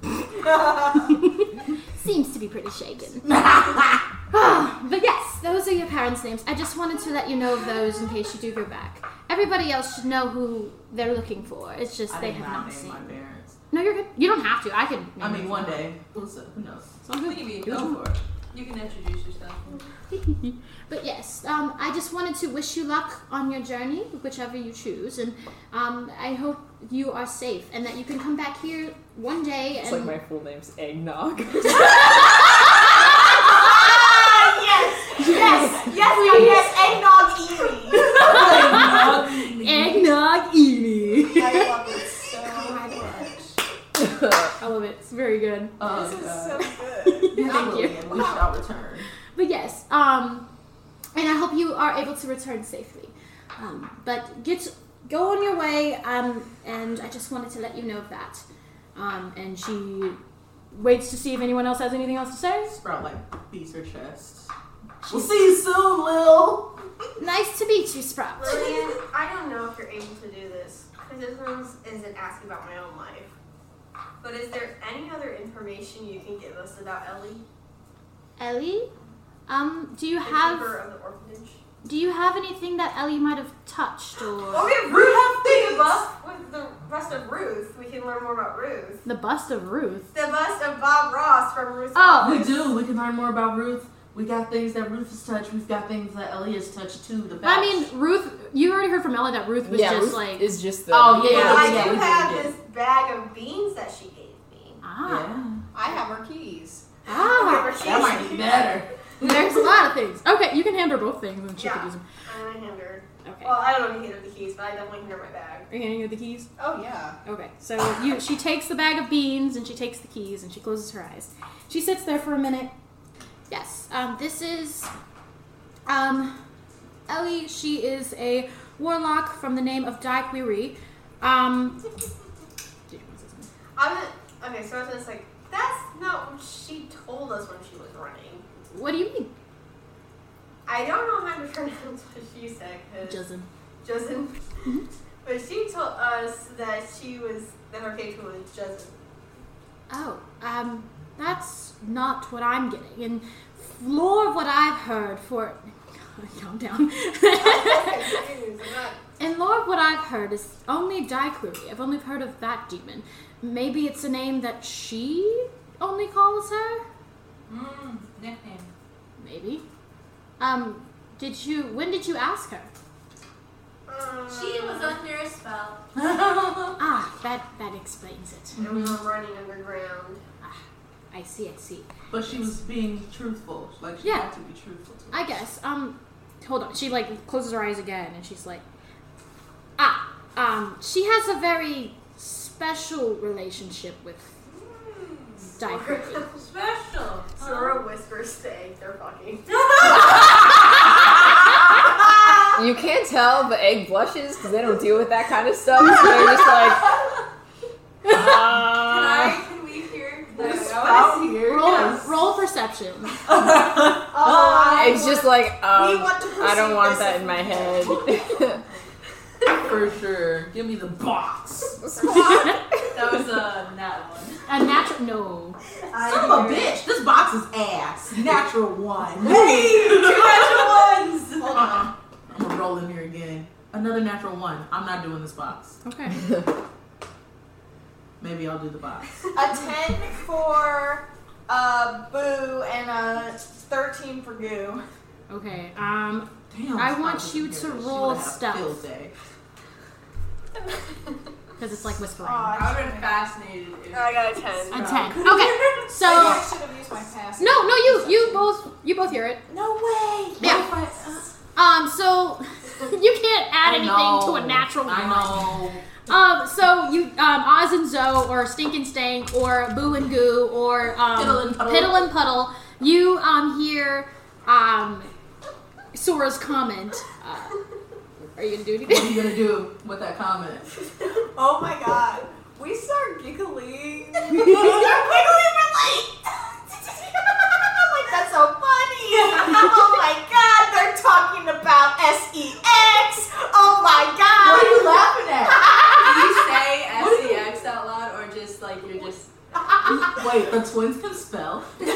Seems to be pretty shaken. Ah, but yes, those are your parents' names. I just wanted to let you know of those in case you do go back. Everybody else should know who they're looking for. It's just I they did have not not, name seen. my parents. No, you're good. You don't have to. I can. Name I mean, them. one day. Who's Who knows? So what do you mean? Go Go for it. You can introduce yourself. But yes, um, I just wanted to wish you luck on your journey, whichever you choose, and um, I hope you are safe and that you can come back here one day and It's like my full name's Eggnog. Ah, Yes, yes, yes, eggnog Evie. eggnog Edie. I love it so much. I love it. Oh, um, you are able to return safely. Um, but get go on your way, um, and I just wanted to let you know of that. Um, and she waits to see if anyone else has anything else to say. Sprout like beats her chest. We'll see you soon, Lil. Nice to meet you, Sprout. Lillian, I don't know if you're able to do this because this one isn't asking about my own life. But is there any other information you can give us about Ellie, Ellie, um, do you the have keeper of the orphanage? do you have anything that Ellie might have touched or? Well, we have Ruth. We have the bust with the bust of Ruth. We can learn more about Ruth. The bust of Ruth. The bust of Bob Ross from Ruth's. we Office. do. We can learn more about Ruth. We got things that Ruth has touched. We've got things that Ellie has touched too. The I mean, Ruth. You already heard from Ella that Ruth was Yeah, just Ruth like is just the Oh, yeah, But I yeah, do we did, have we did. this bag of beans that she gave me. uh, Ah. I have her keys. Ah, That might be better. There's a lot of things. Okay, you can hand her both things and she Yeah. can use them. And I hand her. Okay. Well, I don't know if you hand her the keys, but I definitely hand her my bag. Are you handing her the keys? Oh yeah. Okay, so you she takes the bag of beans and she takes the keys and she closes her eyes. She sits there for a minute. Yes, um, this is um, Ellie. She is a warlock from the name of Di Quiri. Um, did you want to say something? I was okay, so I was just like, that's not what she told us when she was running. what do you mean, I don't know how to pronounce what she said because Justin? Justin. But she told us that she was that her patron was Justin. Oh, um, that's not what I'm getting. And floor of what I've heard for. Calm down. And lore of what I've heard is only Daiquiri. I've only heard of that demon. Maybe it's a name that she only calls her? Mm, nickname. Maybe. Um, did you. When did you ask her? She was under a spell. Ah, that, that explains it. And we were running underground. I see, I see. but she was being truthful. Like she Yeah. had to be truthful. To I guess. Um, hold on. She like closes her eyes again, and she's like, ah, um, she has a very special relationship with Daiquiri. Special. Sora whispers to Egg, they're fucking. You can't tell, but Egg blushes because they don't deal with that kind of stuff. So they're just like, Can uh, I? Can we hear? out here. Roll, yes. roll perception. Egg's just like, um, want to I don't want proceed this that in my head. For sure. Give me the box. That was a that one. A natural no. Son of a bitch. This box is ass. Natural one. ones. Hold on. I'm gonna roll in here again. Another natural one. I'm not doing this box. Okay. Maybe I'll do the box. A ten for uh Boo and a thirteen for Goo. Okay. Um, Damn. I this want box is you weird. to She would've roll had a stealth. field day. because it's like whispering. Aw, I would have been fascinated. If, I got a 10. a ten. Okay. Maybe So I should have used my pass. no, no, you you both you both hear it. No way. Yeah. What if I- uh, Um, so you can't add I anything know. to a natural I one. know. Um, so you, um, Oz and Zoe, or Stink and Stank, or Boo and Goo, or um, Piddle and Puddle. Piddle and Puddle, you um, hear um, Sora's comment. Uh, are you gonna do What are anything? you gonna do with that comment? oh my god. We start giggling. we start giggling. We're like, like that's so funny. oh my god, they're talking about E sex. Oh my god. What are you laughing at? do you say SEX out loud or just like you're just Wait, the twins can spell. Yeah,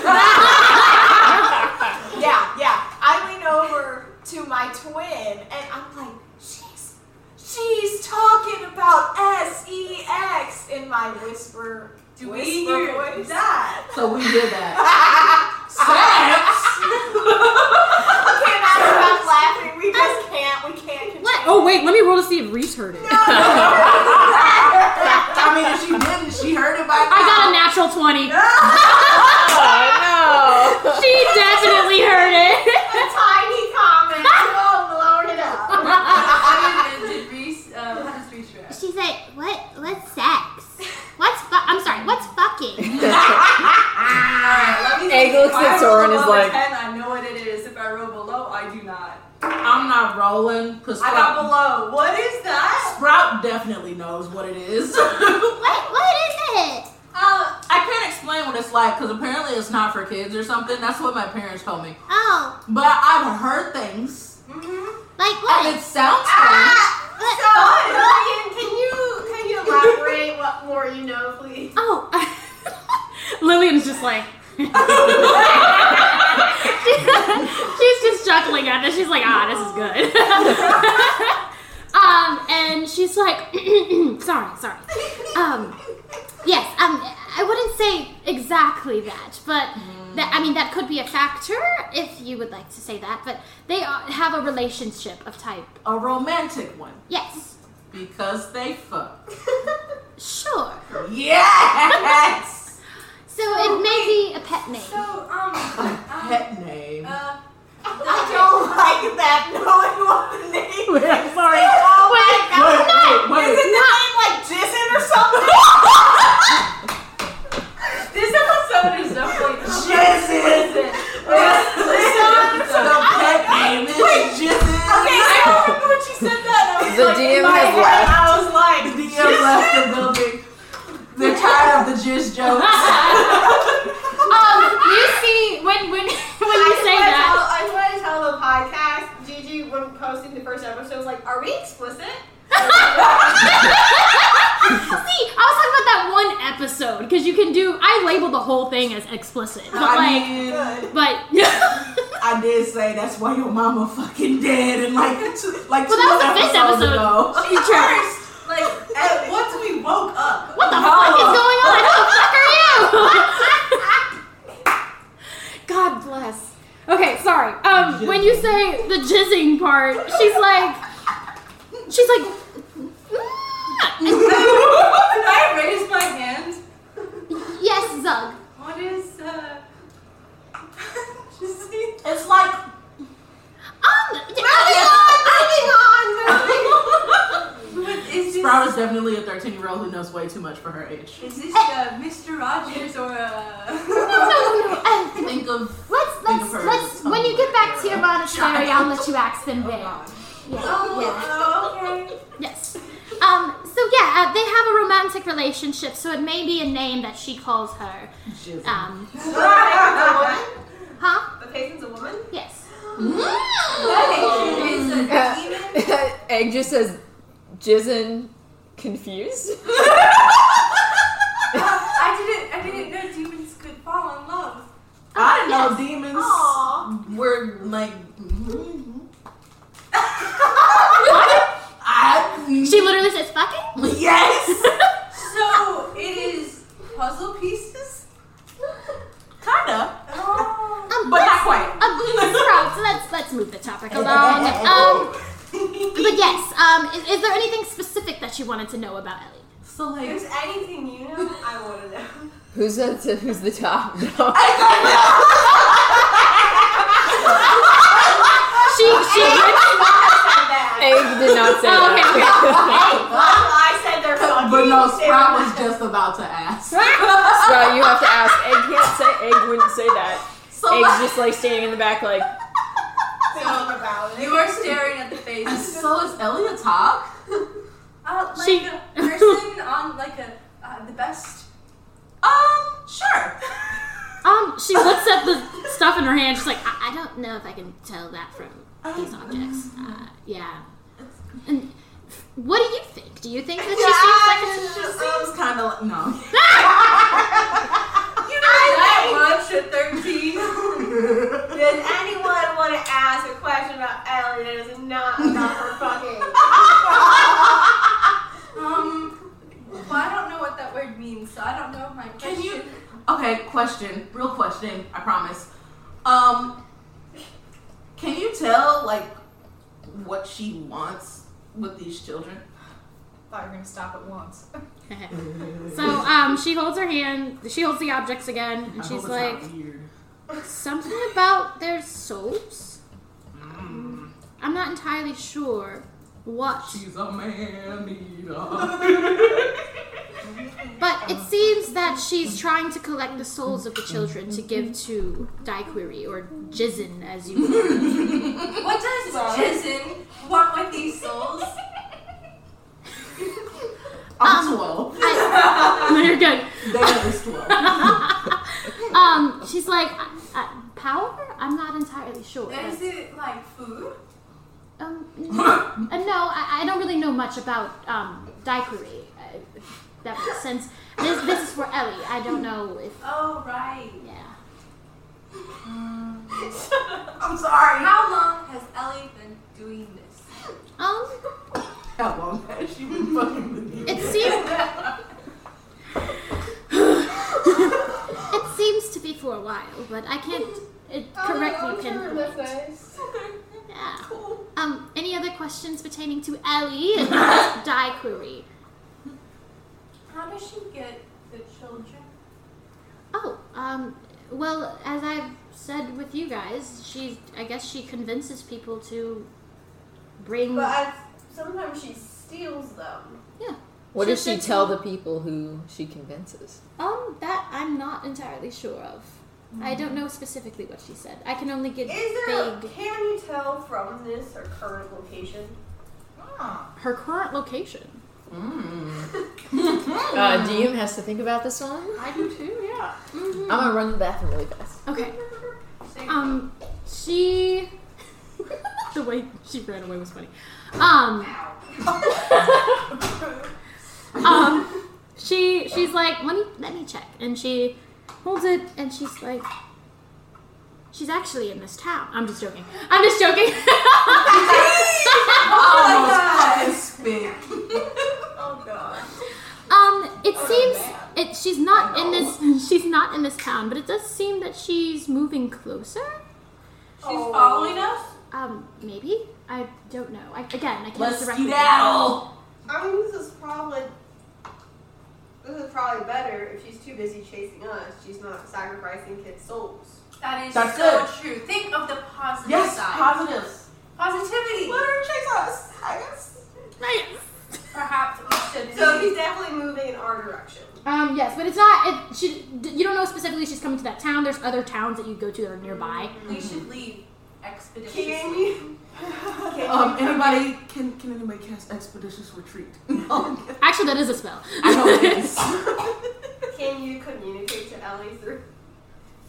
yeah. I lean over to my twin and I'm like, she's she's talking about E sex in my whisper. Do we whisper hear voice. So we did that. I can't stop laughing. We just can't. We can't. control- oh wait, let me roll to see if Reese heard it. I mean, if she didn't, she heard it by I got a natural twenty. oh no. she definitely heard it. A tiny comment. oh, blown it up. I mean, did Reese uh, how does Reese react? She's like, what? What's sex? What's fu- I'm sorry. What's fucking? Alright, let me Egg think. looks If I at Sora and roll is above a like- 10, I know what it is. If I roll below, I do not. I'm not rolling. 'cause I got Sprout- below. What is that? Sprout definitely knows what it is. Uh, what is it? Uh, I can't explain what it's like because apparently it's not for kids or something. That's what my parents told me. Oh. But I've heard things. Like what? And it sounds So, Lillian, can you can you elaborate what more you know, please? Oh, Lillian's just like. Oh." she's just chuckling at this. She's like, ah, this is good. um, and she's like, sorry, sorry. Uh, Um, yes, um, I wouldn't say exactly that, but that I mean that could be a factor if you would like to say that. But they are, have a relationship of type, a romantic one. Yes. Because they fuck. Sure. Yes! So it may be a pet name. So um, Pet name. uh, I don't like that. Knowing what the name Wait, is. I'm sorry. Oh my Wait, god. wait, wait, Is wait. it the name like Jizzin or something? this episode is definitely Jizzin. Listen. The Oh pet name is Jizzin. Okay, I don't remember when she said that. I was The like, DM in my has head, left. I was like, The DM left the building. They're tired of the jizz jokes. Um, you see, when when when you I just say wanna that, tell- I just want to tell the podcast, Gigi, when posting the first episode, was like, "Are we explicit?" see, I was talking about that one episode because you can do. I label the whole thing as explicit, but I like, mean, but I did say that's why your mama fucking dead and like two, like Well, two that was the fifth episodes episode. ago. She cursed. Like, at- once we woke up. what the fuck is going on? Who the fuck are you? God bless. Okay, sorry. Um, when you say the jizzing part, she's like, she's like, Can I raise my hand? Yes, Zug. What is uh? It's like um, What is this? Sprout is definitely a 13 year old who knows way too much for her age. Is this uh, Mr. Rogers or uh? Think of um, let's think let's of her as let's a when you get back to your monastery, I'll let you ask them there. Yeah, yeah. oh, okay. Yes. Um, so yeah, uh, they have a romantic relationship, so it may be a name that she calls her. Jizzing. Um, Right, huh? The patient's a woman. Yes. Egg just says, jizzin confused. I didn't. I didn't know demons could fall in love. I didn't Yes. know demons Aw. were like. I, She literally says fucking. yes, So it is puzzle pieces. kinda, Oh. Um, but let's- not quite. Um, Sprouts, let's let's move the topic along. Um, but yes. Um, is, is there anything specific that you wanted to know about Ellie? So like, If there's anything you know, I want to know. Who's at the, who's the top? she No. she Egg did not say Oh, okay, okay. that. I said they're fucking. but no, Sprout was just about to ask. Sprout, you have to ask. Egg can't say. Egg wouldn't say that. So Egg's just like standing in the back, like So about you are staring at the faces. so is Ellie a top? Uh, like She- a person on like a uh, the best. Um, sure. um She looks at the stuff in her hand. She's like, I, I don't know if I can tell that from these objects. Uh, yeah. And what do you think? Do you think that she seems like a Seems kind of like no. You That know, much at thirteen. Does anyone want to ask a question about Ellie that is not about her fucking? Um, well, I don't know what that word means, so I don't know if my question. Can you? Okay, question. Real question. I promise. Um, can you tell like what she wants with these children? thought you were gonna stop at once. So um she holds her hand she holds the objects again and I hope she's it's like not weird. something about their souls? I'm not entirely sure what, Mm. she's a man eater. but uh, it seems that she's trying to collect the souls of the children to give to Daiquiri or Jizzin, as you. What does jizz Um, Um, Is it like food? Um, n- uh, no, I, I don't really know much about um, diapery. Uh, if that makes sense. This, this is for Ellie. I don't know if. Oh right. Yeah. I'm sorry. How long has Ellie been doing this? Um, How long has she been fucking with you? It seems. it seems to be for a while, but I can't it correctly pinpoint. Yeah. Um, any other questions pertaining to Ellie and die query? How does she get the children? Oh, um, well, as I've said with you guys, she, I guess she convinces people to bring. But i sometimes she steals them. yeah. What does she said to tell me- the people who she convinces? Um, that I'm not entirely sure of. I Hmm. don't know specifically what she said. I can only give Is there? vague. Can you tell from this her current location? Her current location. Uh, DM has to think about this one. I do too. Yeah. I'm gonna run to the bathroom really fast. Okay. Um, she. the way she ran away was funny. Um. um. She she's like, let me let me check, and she holds it, and she's like, she's actually in this town. I'm just joking. I'm just joking. Oh god. Um, it seems it. She's not in this. She's not in this town, but it does seem that she's moving closer. She's Oh. following us. Um, maybe I don't know. I, again, I can't Let's directly. skedaddle. I mean, this is probably this is probably better if she's too busy chasing us. She's not sacrificing kids' souls. That is That's so good. true. Think of the positive Yes, side. positives. Positivity. Let her chase us. I guess. Perhaps we should. So be- he's definitely moving in our direction. Um, yes, but it's not. It, she. d- You don't know specifically. She's coming to that town. There's other towns that you go to that are nearby. we should leave expeditiously. Can you? Can Um, you- anybody can can anybody cast expeditious retreat? Actually, that is a spell. I know it is. Can you communicate to Ellie through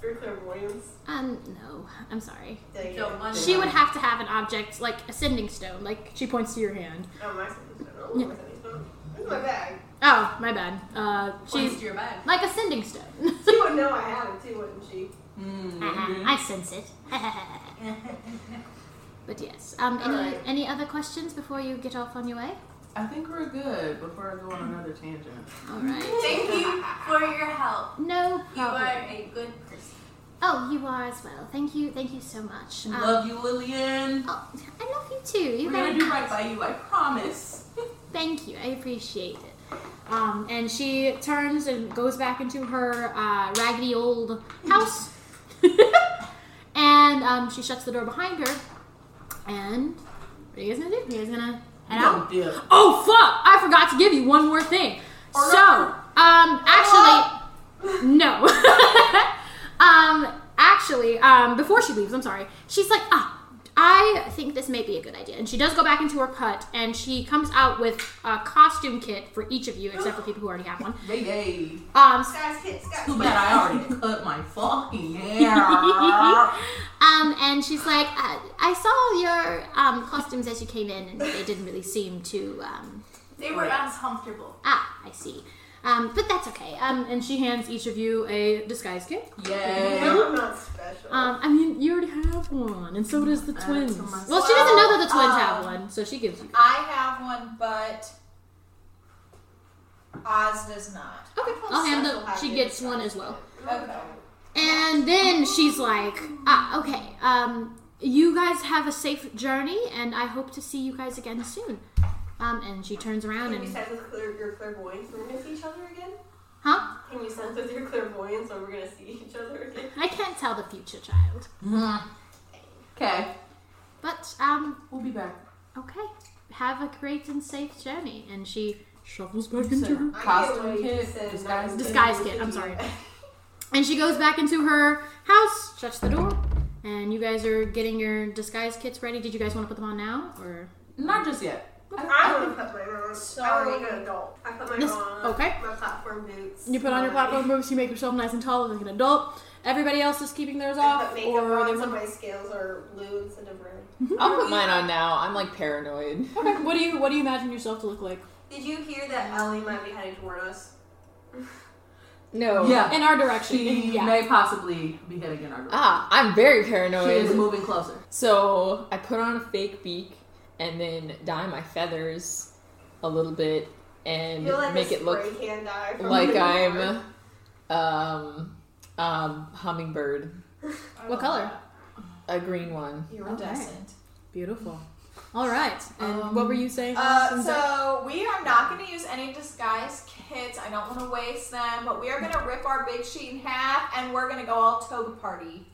through clairvoyance? um, no, I'm sorry. Dang So it. one- She would have to have an object like ascending stone. Like she points to your hand. Oh, my son's not. Oh, my son's not. This is my bag. Oh, my bad. Uh, Points she's to your bed. like ascending stone. She would know I had it too, wouldn't she? I sense it. but yes. Um, any Alright. any other questions before you get off on your way? I think we're good before I go on another tangent. All right. Thank you for your help. No You are problem. a good person. Oh, you are as well. Thank you. Thank you so much. Um, Love you, Lillian. Oh, I love you too. You We're gonna guys. do right by you, I promise. Thank you. I appreciate it. Um, and she turns and goes back into her uh, raggedy old house, and um, she shuts the door behind her. And what are you guys gonna do? You guys gonna head out? Oh, dear. Oh fuck! I forgot to give you one more thing. so, um, actually, no. um, actually, um, before she leaves, I'm sorry. She's like, ah, I think this may be a good idea, and she does go back into her hut, and she comes out with a costume kit for each of you, except for people who already have one. Yay, yay. Um, Guys, kids, guys. Too bad I already cut my fucking hair. Um, and she's like, uh, I saw your um, costumes as you came in, and they didn't really seem to. Um, They were uncomfortable. ah, I see. Um, but that's okay. Um, and she hands each of you a disguise kit. Yay. No, I'm not special. Um, I mean, you already have one, and so does the twins. myself. Well, she doesn't know that the twins Um, have one, so she gives you. I have one, but Oz does not. Okay, I'll hand Social the. She happy gets disguise one as well. Okay. And then she's like, ah, okay. Um, you guys have a safe journey, and I hope to see you guys again soon. Um, and she turns around Can you and, sense with clear, your clairvoyance when we're gonna see each other again? huh? Can you sense with your clairvoyance when we're gonna see each other again? I can't tell the future, child. Okay. But um, We'll be back. Okay. Have a great and safe journey. And she shuffles back into her. I Costume get what you kit, said, disguise not- Disguise kit, I'm sorry. And she goes back into her house, shuts the door, and you guys are getting your disguise kits ready. Did you guys want to put them on now? Or Not just yet. I would put my own. I would Sorry. look an adult. I put my Yes, own. okay. My platform boots. You put on your my- platform boots, you make yourself nice and tall like an adult. Everybody else is keeping theirs I off, put makeup or they on, so my want. scales are blue instead of red. I'll put mine on now. I'm like paranoid. Okay, what do you what do you imagine yourself to look like? Did you hear that Mm-hmm. Ellie might be heading toward us? No. Yeah. In our direction. She yeah. may possibly be heading in our direction. Ah, I'm very paranoid. She is moving closer. So I put on a fake beak and then dye my feathers a little bit and You're like a make it look spray can dye from like the I'm bar. um um hummingbird. What color? A green one. Iridescent. Beautiful. All right. And what were you saying? Uh, Allison? so we are not going to use any disguise kits. I don't want to waste them, but we are going to rip our big sheet in half, and we're going to go all toga party,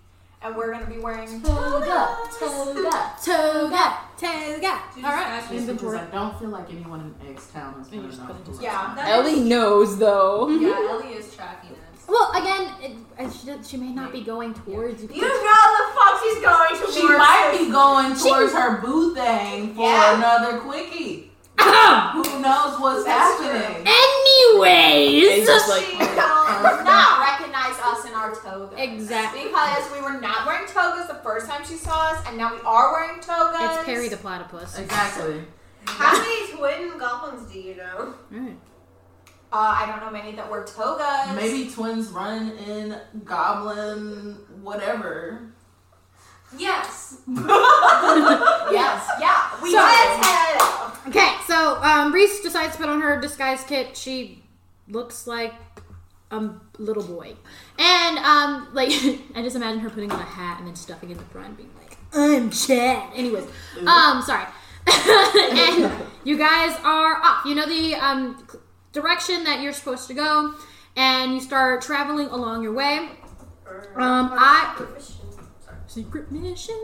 and we're going to be wearing Toga, toga, toga, toga. All right. Just because I don't feel like anyone in X Town is going to know. who I Yeah, am. that Ellie knows though. Yeah, Mm-hmm. Ellie is tracking us. Well, again, it, uh, she, does- she may not be going towards you. You know the fuck she's going towards. She might be going She- towards her boo thing for Yeah. another quickie. Who knows what's That's happening? Anyways, It's just like- She will not recognize us in our togas. Exactly. Because we were not wearing togas the first time she saw us, and now we are wearing togas. It's Perry the platypus. Exactly. How many twin goblins do you know? Alright. Uh, I don't know many that wear togas. Maybe twins run in goblin whatever. Yes. Yes. Yeah. We So- just had. Okay, so um, Reese decides to put on her disguise kit. She looks like a little boy, and um, like I just imagine her putting on a hat and then stuffing it in the front, being like, "I'm Chad." Anyways, um, sorry. and you guys are off. You know the um, direction that you're supposed to go, and you start traveling along your way. Um, I secret mission.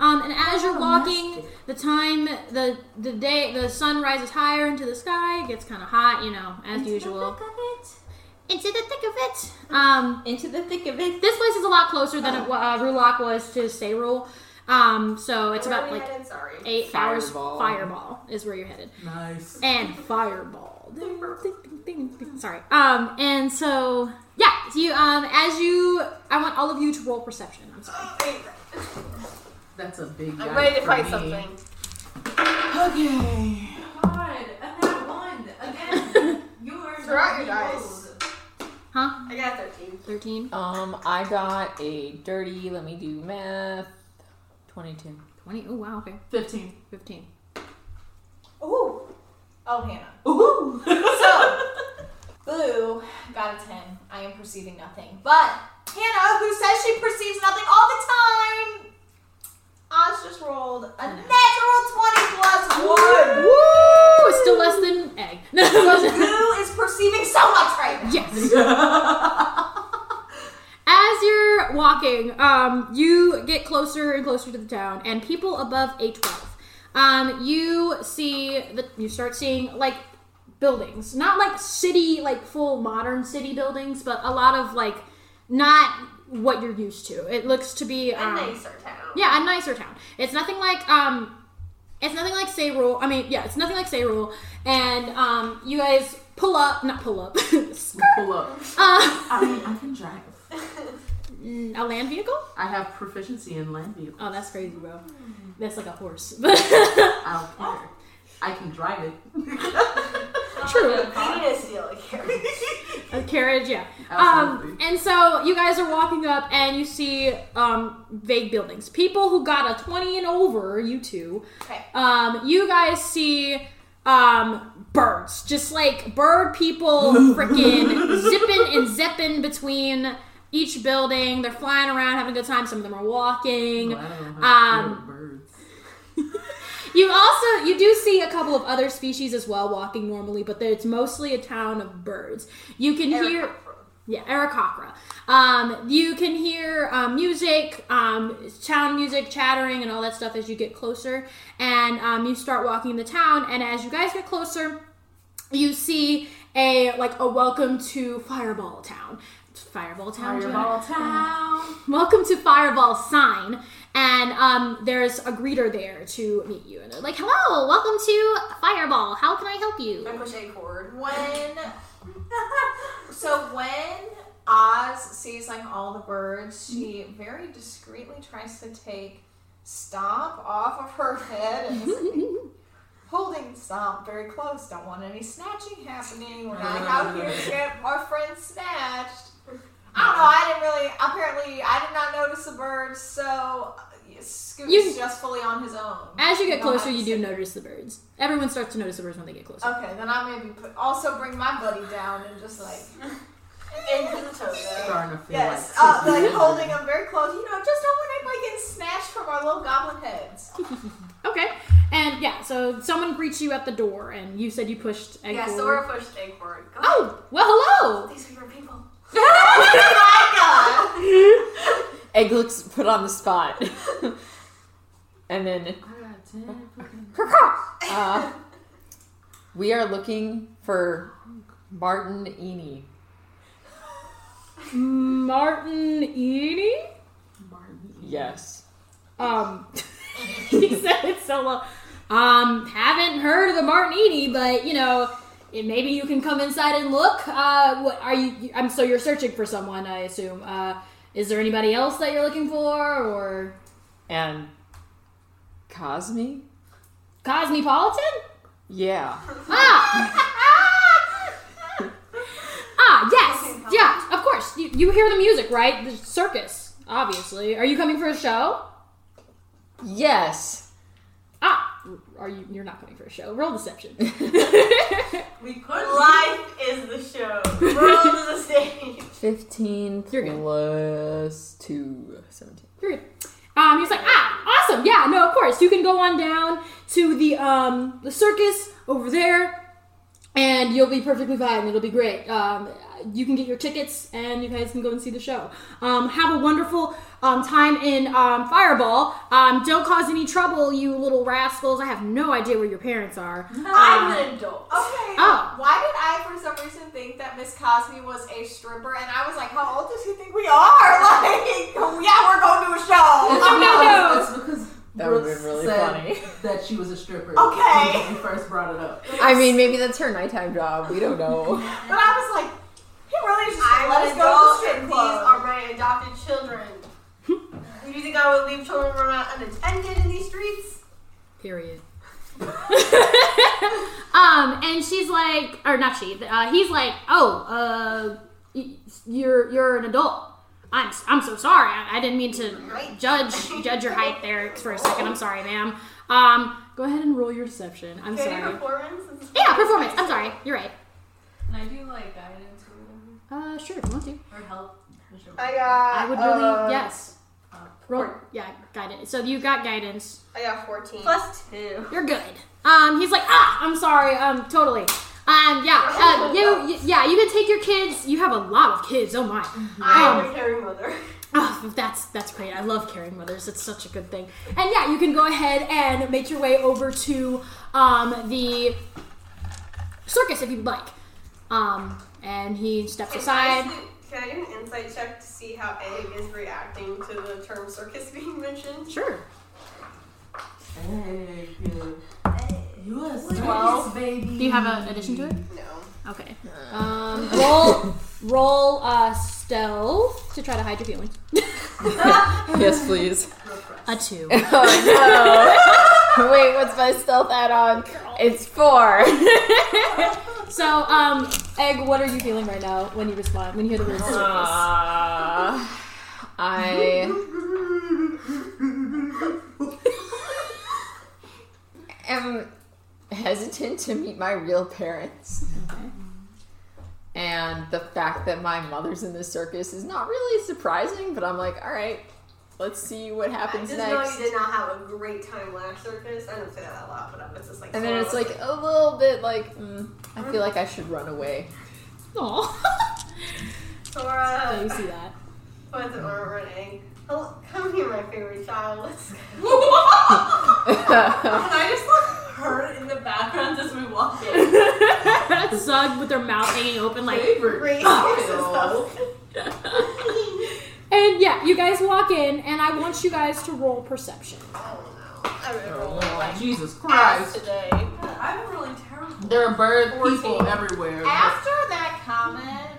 Um, and as you're walking, the time, the the day, the sun rises higher into the sky. It gets kind of hot, you know, as usual. Into the thick of it. Um, Into the thick of it. this place is a lot closer than it, wa- uh, Rulock was to Seyrul. Um, so it's Where are about we like headed? Sorry. eight Fireball. hours. Fireball is where you're headed Nice. and fireball. Sorry. Um, and so yeah, so you um as you I want all of you to roll perception. I'm sorry. That's a big. I'm guy ready to for fight me. something. Okay. God, and that one again. you are Throw out your not dice. evil. Huh? I got 13. Thirteen. Um I got a dirty, let me do math. Twenty two. Twenty. Oh wow, okay. 15. Fifteen. Ooh. Oh, Hannah. Ooh. So, Boo got a 10. I am perceiving nothing. But Hannah, who says she perceives nothing all the time, Oz just rolled a natural 20 plus 1. Woo! It's still less than egg. So, Boo is perceiving so much right now. yes. As you're walking, um, you get closer and closer to the town, and people above a twelve. Um, you see the you start seeing like buildings, not like city, like full modern city buildings, but a lot of like not what you're used to. It looks to be A um, nicer town. yeah, a nicer town. It's nothing like um, it's nothing like Seyrul. I mean, yeah, it's nothing like Seyrul. And um, you guys pull up, not pull up, skirt, Pull up. uh, I mean, I can drive. a land vehicle. I have proficiency in land vehicles. Oh, that's crazy, bro. That's like a horse. I don't care. I can drive it. True. You need to steal a carriage. A carriage, yeah. Um, Absolutely. and so you guys are walking up and you see um, vague buildings. People who got a 20 and over, you two, Okay. um, you guys see um, birds. Just like bird people freaking zipping and zipping between each building. They're flying around, having a good time. Some of them are walking. Well, I don't know how to Um, deal with birds. You also you do see a couple of other species as well walking normally, but it's mostly a town of birds. You can hear yeah, Aarakocra. Um, you can hear um, music, um, town music, chattering, and all that stuff as you get closer. And um, you start walking the town, and as you guys get closer, you see a like a welcome to Fireball Town. Fireball Town. Jack. Fireball Town. Welcome to Fireball Sign. And um, there's a greeter there to meet you. And they're like, hello, welcome to Fireball. How can I help you? I push A chord. When so when Oz sees like all the birds, she very discreetly tries to take Stomp off of her head and is holding Stomp very close. Don't want any snatching happening. We're not out here to get our friends snatched. I don't know. I didn't really. Apparently, I did not notice the birds, so Scoot You- is just fully on his own. As you get don't closer, have you to do notice the birds. Everyone starts to notice the birds when they get closer. Okay, then I maybe put, also bring my buddy down and just like. Into the Starting to feel Yes, like uh, like Susan. holding them very close. You know, just don't want anybody getting snatched from our little goblin heads. Oh. Okay. And yeah, so someone greets you at the door, and you said you pushed Egg Yeah, forward. Sora pushed Eggward. Oh, well, hello. These were your people. Egg looks put on the spot. and then. Uh, we are looking for Martin Eney. Martin Eney? Yes. Um, he said it so long. Um, haven't heard of the Martinini, but you know, it, maybe you can come inside and look. Uh, what are you? I'm so you're searching for someone, I assume. Uh, is there anybody else that you're looking for, or And Cosme? Cosmopolitan? Yeah. Ah! ah, yes, yeah, of course. You, you hear the music, right? The circus, obviously. Are you coming for a show? Yes. Ah, are you? You're not coming for a show. Roll deception. We could. Life is the show. World is the stage. 15 plus 2. 17. Period. Um, he's like, ah, awesome, yeah, no, of course. You can go on down to the um the circus over there, and you'll be perfectly fine. It'll be great. Um, you can get your tickets, and you guys can go and see the show. Um, have a wonderful um time in um Fireball. Um, don't cause any trouble, you little rascals. I have no idea where your parents are. I'm Um, an adult. Okay. Oh. Why did I, for some reason, think that Miss Cosme was a stripper? And I was like, how old does he think we are? Like, yeah, we're going to a show. Oh, It's because That would've Brooks been really said funny. that she was a stripper. Okay. When we first brought it up. I mean, maybe that's her nighttime job. We don't know. But I was like, he really is just I'm gonna let us an go to the adult, strip and these club. are my adopted children. Do you think I would leave children run unattended in these streets? Period. um, and she's like, or not she, uh, he's like, oh, uh, y- you're you're an adult. I'm I'm so sorry. I, I didn't mean to judge judge your height there for a second. I'm sorry, ma'am. Um, go ahead and roll your deception. I'm Can I do sorry. performance? Yeah, performance. I'm sorry. You're right. Can I do like guidance or Uh, sure, if you want to. whatever? Or help? Whichever. I got. I would really uh, yes. Roll. Yeah, guidance. So you got guidance. I got 14. Plus two. You're good. Um, he's like, ah, I'm sorry. Um, totally. Um, yeah. Uh, you, you, yeah, you can take your kids. You have a lot of kids. Oh my. I am Um, a caring mother. oh, that's that's great. I love caring mothers. It's such a good thing. And yeah, you can go ahead and make your way over to um the circus if you'd like. Um, and he steps aside. Can I, see- can I do an insight check to see how Egg is reacting to the term circus being mentioned? Sure. Hey, good. You a circus Twelve. baby. Do you have an addition to it? No. Okay. Um, roll roll uh stealth to try to hide your feelings. yes, please. A two. Oh no! Wait, what's my stealth add on? It's four. So, um, Egg, what are you feeling right now when you respond, when you hear the word circus? Uh, I am hesitant to meet my real parents. And the fact that my mother's in the circus is not really surprising, but I'm like, all right, let's see what happens I just next. know you did not have a great time last circus. I don't say that out loud, but I was just like. And then so- it's like a little bit like, mm, I feel like I should run away. Aw. Sora. so you see that. What's an arm running? Oh, come here, my favorite child. Let's go. That's And I just look her in the background as we walk in. Zug with their mouth hanging open, like Great. Oh. This is so- and yeah, you guys walk in, and I want you guys to roll perception. Oh, I really Oh, rolled like Jesus ass Christ. today. I'm really terrible. There are bird people everywhere. After that comment,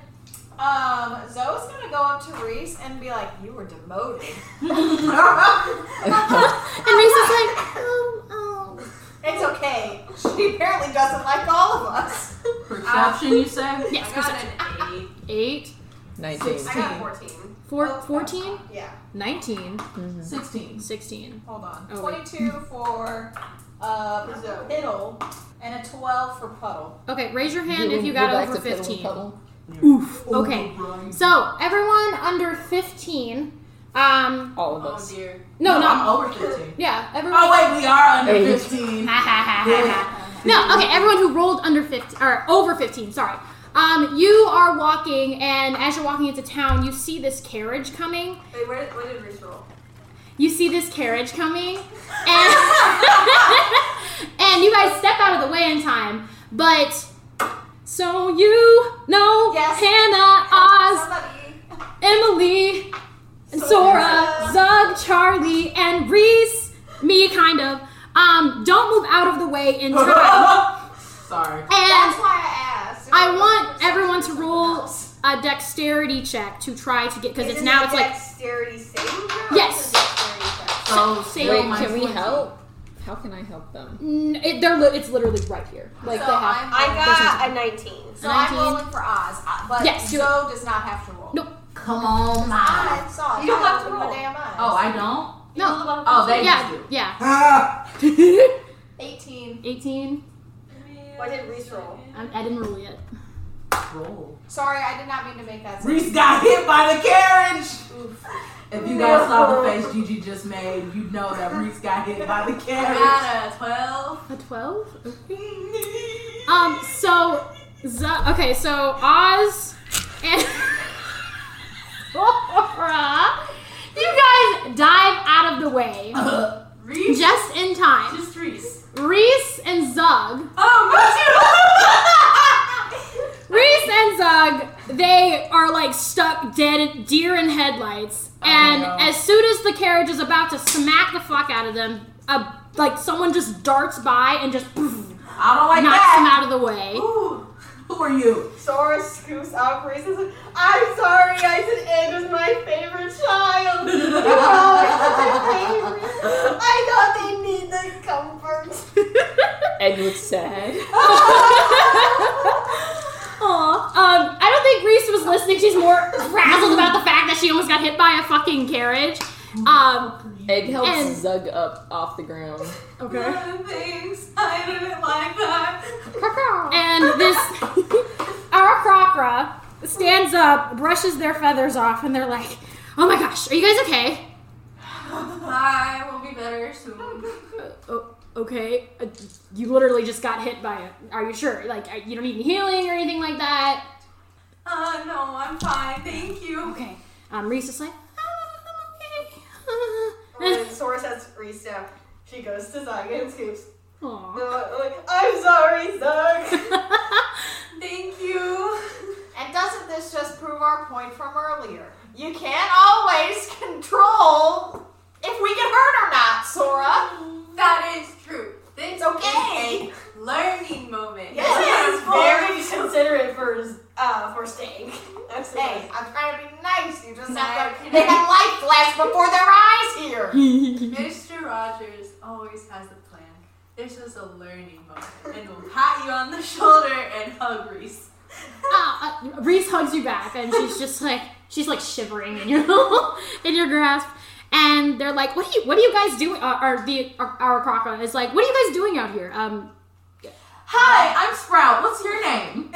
um, Zoe's gonna go up to Reese and be like, "You were demoted." And Reese is like, um, um. It's okay. She apparently doesn't like all of us. Perception, you say? Yes, I got an eight. Eight, 19. I got 14. Oh, four, 14, Yeah. 19, Mhm. 16. 16. Hold on. Oh, wait. 22 for uh, Piddle and a 12 for Puddle. Okay, raise your hand We'll if you go got back over to Piddle 15. Puddle. Oof. Okay. So, everyone under 15, um, All of Oh us. dear. no, I'm not, over 15. yeah, everyone. Oh, wait, we are under Eight. 15. Ha, ha, ha, ha, ha. no, okay, everyone who rolled under 15, or over 15, sorry. Um, you are walking, and as you're walking into town, you see this carriage coming. Wait, where, where did Reese roll? You see this carriage coming, and, and you guys step out of the way in time, but. So you know Yes. Hannah, Oz, Somebody. Emily, and Sora, Zug, Charlie, and Reese, me kind of, um, don't move out of the way in time. Sorry. That's And why I asked. I want everyone to roll a dexterity check to try to get because it's now it's like Dexterity saving throw? Yes. So, say oh, Wait, on my can we 20. help? How can I help them? N- It, they're li- it's literally right here. Like So they I'm- have. I got a 19. So I'm 19. rolling for Oz, uh, but Yes, do Zoe it. does not have to roll. Nope. Come on, now. I saw it. You don't have to With my roll. damn eyes. Oh, I don't? No. Oh, they Yeah. do. Yeah. Ah! 18. 18. What did Reese roll? I, I didn't roll yet. Roll. Sorry, I did not mean to make that sound. Reese got hit by the carriage. If you guys saw the face Gigi just made, you'd know that Reese got hit by the I carriage. got a twelve. A 12? Um, so, Z- okay, so Oz and Laura, you guys dive out of the way Uh, Reese. just in time. Just Reese. Reese and Zug, Oh, me too. Reese and Zug, they are like stuck dead deer in headlights. Oh, And no. as soon as the carriage is about to smack the fuck out of them, a, like someone just darts by and just poof, I don't like knocks them that. out of the way. Ooh, who are you? Sora scoops up oh, Reese and says, I'm sorry, I said Ed was my favorite child. Oh, it's such a favorite. I thought they need the comfort. Edward's sad. Aw. Um, I don't think Reese was listening. She's more frazzled about the fact that she almost got hit by a fucking carriage. Um, Egg helps And- Zug up off the ground. okay. Things I didn't like that. And this Aracrocra stands up, brushes their feathers off, and they're like, "Oh my gosh, are you guys okay?" I will be better soon. Oh, okay. Uh, you literally just got hit by it. Are you sure? Like, uh, you don't need any healing or anything like that. Uh, no, I'm fine. Thank you. Okay. Um, Reese is like, "I'm And okay." then Sora says Reese down. She goes to Zug and scoops. Aw. No, like, I'm sorry, Zug. Thank you. And doesn't this just prove our point from earlier? You can't always control if we get hurt or not, Sora. That is true. This It's okay. is a learning moment. Yes, very considerate for uh for staying. That's Hey, I'm trying to be nice. You just have to. Nice. They have light flash before their eyes here. Mr. Rogers always has a plan. This is a learning moment, and we'll pat you on the shoulder and hug Reese. Ah, uh, Reese hugs you back, and she's just like she's like shivering in your in your grasp. And they're like, "What are you? What are you guys doing?" Uh, or the our, our crocodile is like, "What are you guys doing out here?" Um, Hi, I'm Sprout. What's your name?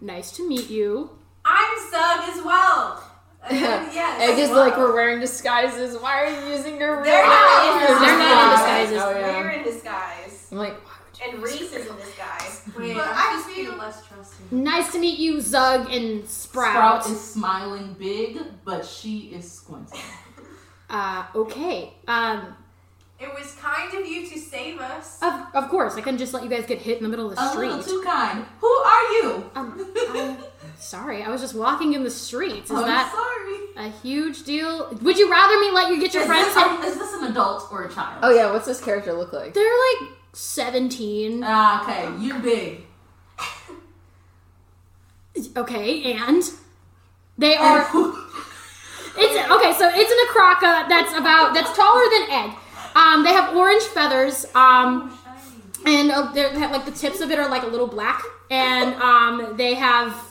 nice to meet you. I'm Zug as well. And yes. Egg is like, we're wearing disguises. Why are you using your real They're not in name? disguise. They're not in disguises. Oh, yeah. We're in disguise. I'm like, And Reese is in disguise. Wait, But I'm I just being feel- less trusting. Nice to meet you, Zug and Sprout. Sprout is smiling big, but she is squinting. uh, okay. Um, It was kind of you to save us. of, of Oh, course, I couldn't just let you guys get hit in the middle of the A street. little too kind. Who are you? Um, I'm Sorry, I was just walking in the streets. Is I'm that sorry. a huge deal? Would you rather me let you get your Is friends? this- help- is this an adult or a child? Oh yeah, what's this character look like? They're like seventeen. Ah, okay, you big. Okay, and they are. it's okay. So it's an acroca that's about that's taller than egg. Um, they have orange feathers. Um, and uh, they're- they have like the tips of it are like a little black, and um, they have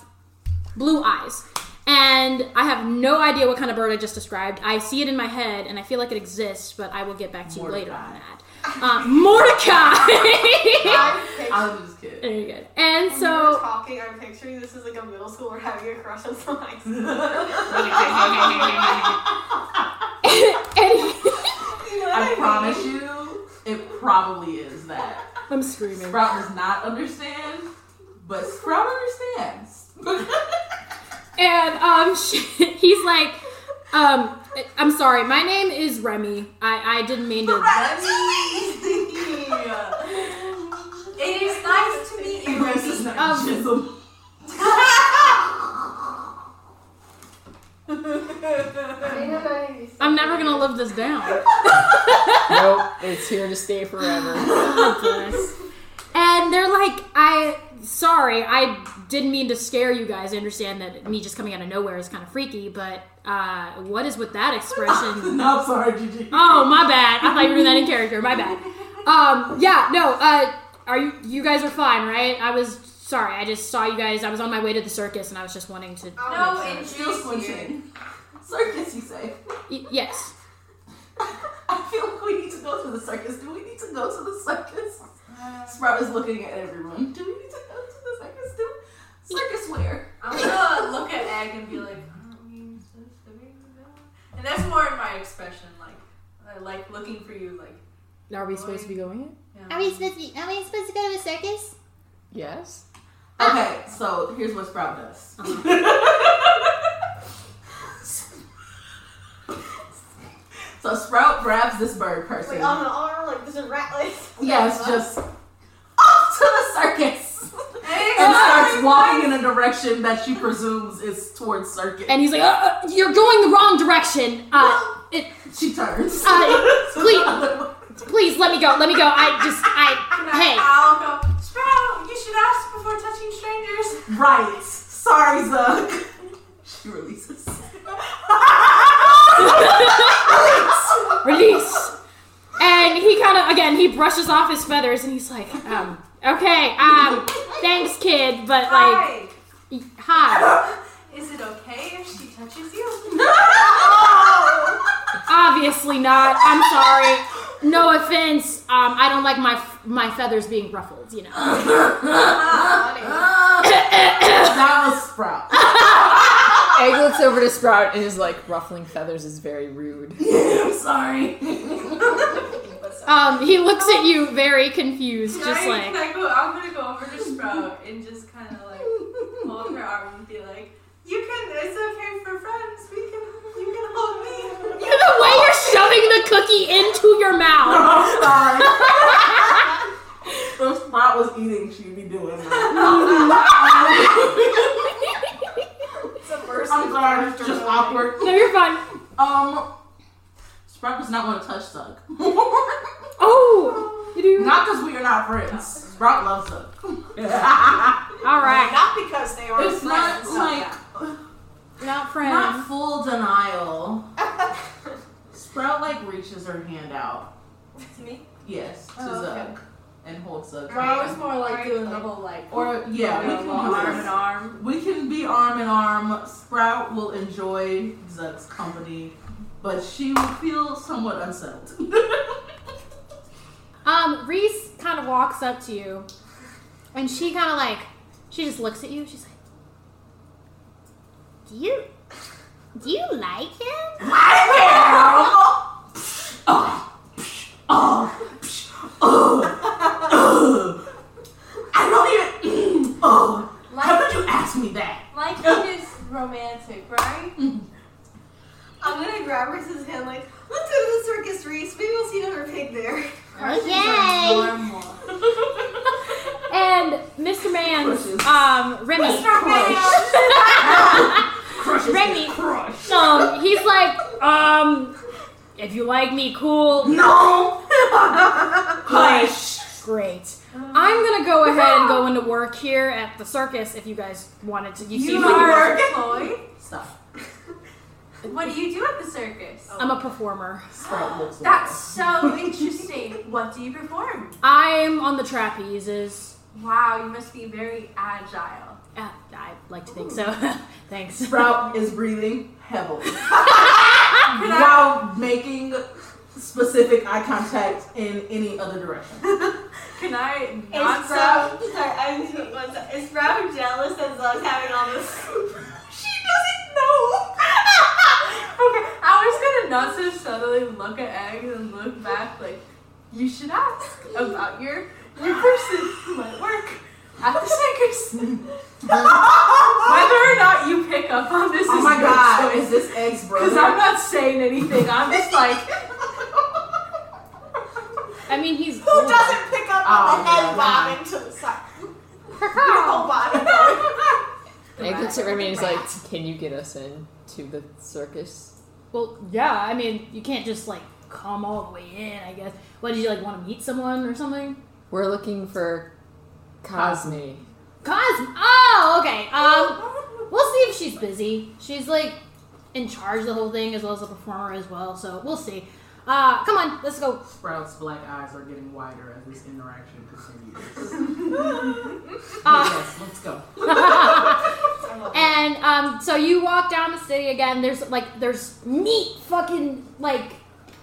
blue eyes. And I have no idea what kind of bird I just described. I see it in my head, and I feel like it exists, but I will get back to you later on that. Uh, Mordecai. I was just kidding. Very good. And When you were so talking, I'm picturing this is like a middle schooler having a crush on some high I promise you, it probably is that. I'm screaming. Sprout does not understand, but Sprout understands. and um, she, he's like, um, I'm sorry, my name is Remy. I, I didn't mean to. It is nice to meet you. This is not Chisholm. I'm never gonna live this down. nope, it's here to stay forever. and they're like, I sorry, I didn't mean to scare you guys. I understand that me just coming out of nowhere is kind of freaky, but uh, what is with that expression? no, I'm sorry, Gigi. Oh, my bad. I thought you were doing that in character. My bad. Um, yeah, no. Uh, are you? You guys are fine, right? I was sorry. I just saw you guys. I was on my way to the circus, and I was just wanting to. No, Sorry, it's Feel squinching. Circus, you say? Y- yes. I feel like we need to go to the circus. Do we need to go to the circus? Sprout is looking at everyone. Do we need to go to the circus? Do circus where? I'm gonna look at Egg and be like, "Oh, I don't mean so to be bad." and that's more in my expression, like, I like looking for you, like. Are we supposed to be going? In? Are we supposed to? Are we supposed to go to a circus? Yes. Okay, so here's what Sprout does. Uh-huh. so Sprout grabs this bird person. Like on an arm, like there's a rat like yeah, it's just off to the circus. and starts walking in a direction that she presumes is towards circus. And he's like, uh, uh, "You're going the wrong direction." Uh, it, she turns. Uh, please, please let me go. Let me go. I just, And I. I- Hey, I'll go, Sprout, you should ask before touching strangers. Right. Sorry, Zuck. She releases. release. And he kind of, again, he brushes off his feathers and he's like, um, okay, um, thanks, kid, but like, Hi. y- hi. Is it okay if she touches you? Obviously not. I'm sorry. No offense. Um, I don't like my f- my feathers being ruffled. You know. that was Sprout. Egg looks over to Sprout and is like, ruffling feathers is very rude. I'm sorry. Um, he looks at you very confused, just I, like. I go, I'm gonna go over to Sprout and just kind of like hold her arm and be like, you can, it's okay for friends, we can, you can hold me. The way you're shoving the cookie into your mouth. I'm sorry. if Sprout was eating, she'd be doing that. I'm sorry, it's just awkward. No, you're fine. Um, Sprout does not want to touch Zuck. Oh, you do. not because we are not friends. Sprout loves Zuck. All right, Not because they are it's not friends. like not friends. not full denial. Sprout like reaches her hand out. To me? Yes, to Oh, okay. Zuck and holds Zuck. I was hand. more like doing the whole like Or yeah, we can do arm this. in arm. We can be arm in arm. Sprout will enjoy Zuck's company, but she will feel somewhat unsettled. Um, Reese kind of walks up to you, and she kind of like, she just looks at you. She's like, "Do you, do you like him?" I don't even. Oh, how could you ask me that? Like it is romantic, right? I'm gonna grab Reese's hand like, let's go to the circus, Reese. Maybe we'll see another pig there. Yay! And Mr. Man's um, Remy. Mr. Man! Um, he's like, um, if you like me, cool. No. Hush. Great. I'm gonna go ahead and go into work here at the circus if you guys wanted to. You, You see, are employed? Stop. What do you do at the circus? I'm a performer. That's so interesting. What do you perform? I'm on the trapezes. Wow, you must be very agile. Uh, I like to think so. Thanks. Sprout is breathing heavily while making specific eye contact in any other direction. Can I Is not Sprout, sorry, I just put one sec- Is Sprout jealous and loves having all this? she doesn't know. Okay, I was gonna not so subtly look at eggs and look back like you should ask about your your person who might work at the circus. Whether or not you pick up on this Oh is my your God, choice. is this egg's brother? Because I'm not saying anything. I'm just like uh, I mean, he's who doesn't pick up on Oh, the head yeah, bobbing to the side. Beautiful body. going. Egg looks over me and he's like, "Can you get us in to the circus?" Well, yeah, I mean, you can't just like come all the way in, I guess. What did you like want to meet someone or something? We're looking for Cosme. Cosmo. Oh, okay. Um, we'll see if she's busy. She's like in charge of the whole thing as well as a performer as well, so we'll see. Uh, come on, let's go. Sprout's black eyes are getting wider as this interaction continues. Uh, yes, let's go. and um, so you walk down the city again. There's like there's meat, fucking like.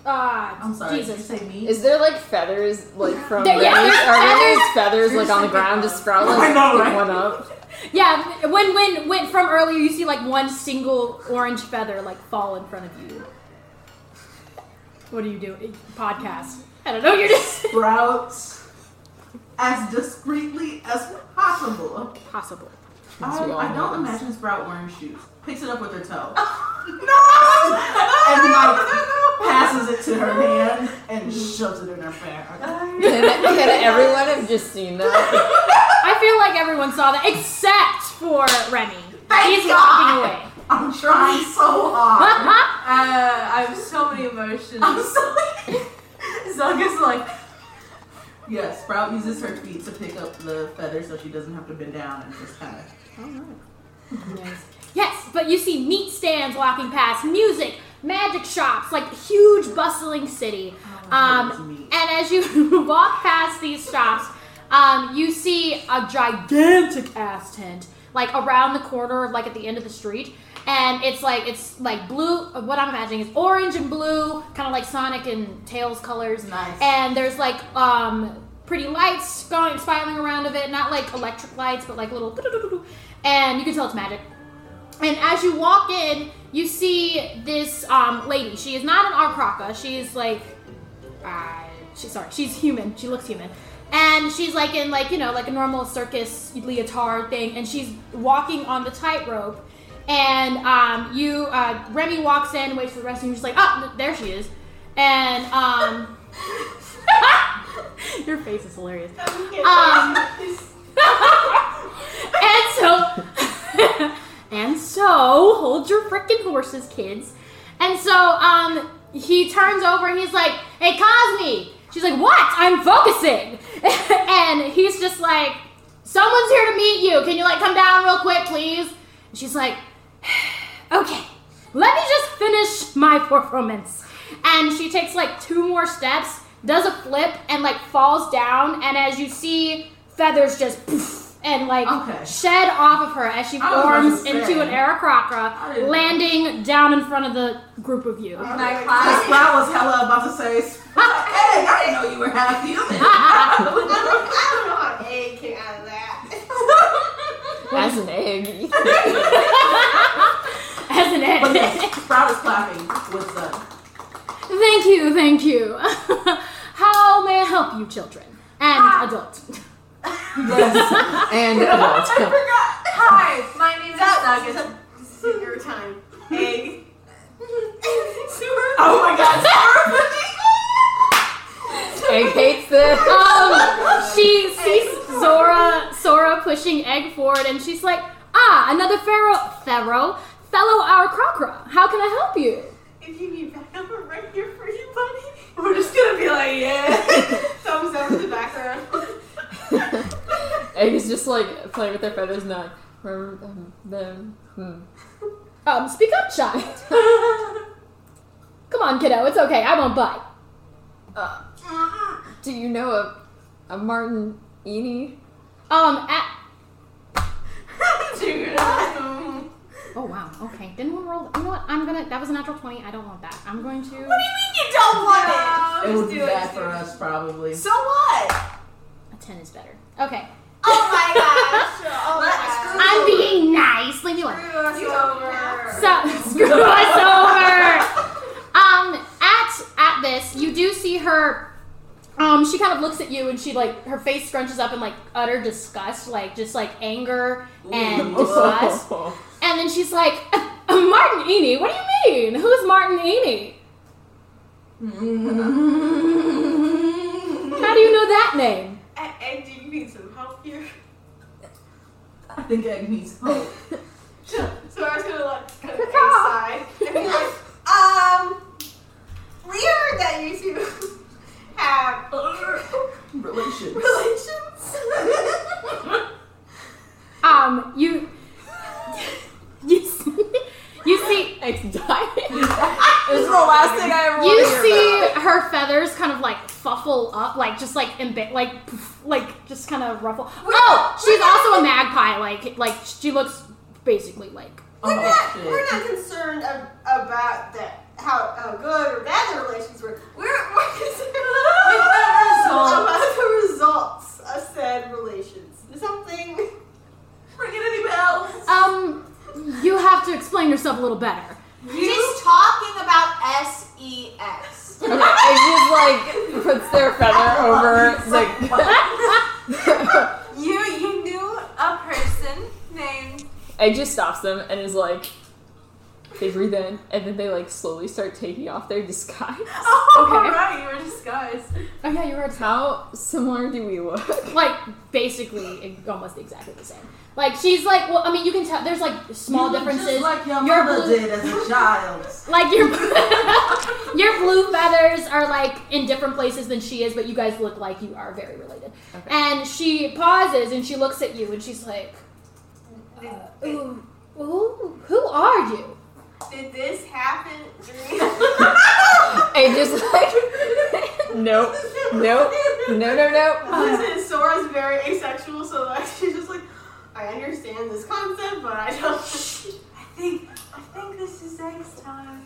Uh, I'm sorry, did you Jesus. say Is there like feathers like from There- yeah, those? there's Are there feathers. feathers like on the ground just sprout like I know, pick right? one up? Yeah, when when when from earlier you see like one single orange feather like fall in front of you. What are you doing? Podcast. I don't know. You're just sprouts as discreetly as possible. Possible. Um, all I know don't this. imagine Sprout wearing shoes. Picks it up with her toe and like no! passes it to her hand and shoves it in her face. Can, can everyone have just seen that? I feel like everyone saw that except for Remy. He's walking away. I'm trying so hard. uh, I have so many emotions. I'm Zelga's like Yeah, Sprout uses her feet to pick up the feather so she doesn't have to bend down and just kind of. Yes, but you see meat stands walking past, music, magic shops, like huge bustling city. Um, and as you walk past these shops, um, you see a gigantic ass tent, like around the corner, like at the end of the street. And it's like it's like blue. What I'm imagining is orange and blue, kind of like Sonic and Tails colors. Nice. And there's like um, pretty lights going spiraling around of it, not like electric lights, but like little. And you can tell it's magic. And as you walk in, you see this um, lady. She is not an Arkraka. She's like, uh, she's sorry, she's human. She looks human, and she's like in like you know like a normal circus leotard thing, and she's walking on the tightrope. And um, you, uh, Remy walks in, waits for the rest, and you're just like, oh, there she is. And um, your face is hilarious. Um, and so and so hold your frickin' horses kids and so um he turns over and he's like hey cosme she's like what i'm focusing and he's just like someone's here to meet you can you like come down real quick please and she's like okay let me just finish my performance and she takes like two more steps does a flip and like falls down and as you see feathers just poof, and like Okay. shed off of her as she I was about forms to say. into an Oh, I Aracrocra, didn't- landing down in front of the group of you. Like, Sprout was hella about to say, Sprout, hey, I didn't know you were half human. I don't know how egg came out of that. As an egg. As an egg. But yes, Sprout is clapping with the. Thank you, thank you. How may I help you, children and adults? and adults. Hi, my name is That Zelga. This is your time. Egg. Oh my god, Egg hates this. Um, she sees Zora, Sora pushing Egg forward, and she's like, "Ah, another pharaoh, pharaoh, fellow our Crocra, how can I help you? If you need backup, we're right here for you, buddy. We're just gonna be like, yeah. Thumbs up in the background. Egg is just like playing with their feathers and like, "Hmm, um, them, hmm." Um, speak up, child. Come on, kiddo, it's okay. I won't bite. Uh, do you know a, a Martin Eni? Um, at- Dude. oh wow. Okay, didn't want to roll. You know what? I'm gonna. That was a natural twenty. I don't want that. I'm going to. What do you mean you don't want it? it would be bad for us, probably. So what? A ten is better. Okay. Oh my gosh. Oh my gosh. I'm being nice. Leave me alone. You don't care. So screw us over. Um, at at this, you do see her. Um, she kind of looks at you and she like her face scrunches up in like utter disgust, like just like anger and disgust. And then she's like, "Uh, Martin Eney, what do you mean? Who's Martin Eney? How do you know that name? Ed, Ed, do you need some help here? I think oh, Egg needs help. so I was gonna like kind of inside and be like, Um, weird that you two have Relations. relations. Um, you, you see, you see, Egg's dying. this is the last thing I ever you want to hear see her feathers kind of like fuffle up, like just like embit, like poof, like just kind of ruffle. oh, she's also a magpie. Like like she looks basically like Oh, We're not, shit. we're not concerned ab- about that, how, how good or bad the relations were. We're, we're concerned about the results of said relations. Something. Ring any bells? um. You have to explain yourself a little better. She's talking about E SEX. Okay, Egg just like puts their feather over like. You you knew A person named. Egg just stops them and is like. They breathe in and then they like slowly start taking off their disguise. Okay. Right, you were disguised. Oh yeah, you were How similar do we look? like basically almost exactly the same. Like she's like, well, I mean, you can tell there's like small You look differences. Just like your Your mother blue- did as a child. Like your your blue feathers are like in different places than she is, but you guys look like you are very related. Okay. And she pauses and she looks at you and she's like, uh, ooh, ooh, who are you? did this happen during Egg just like. nope. Nope. No, no, no. Listen, Sora's very asexual, so like she's just like, I understand this concept, but I don't. I think I think this is X time.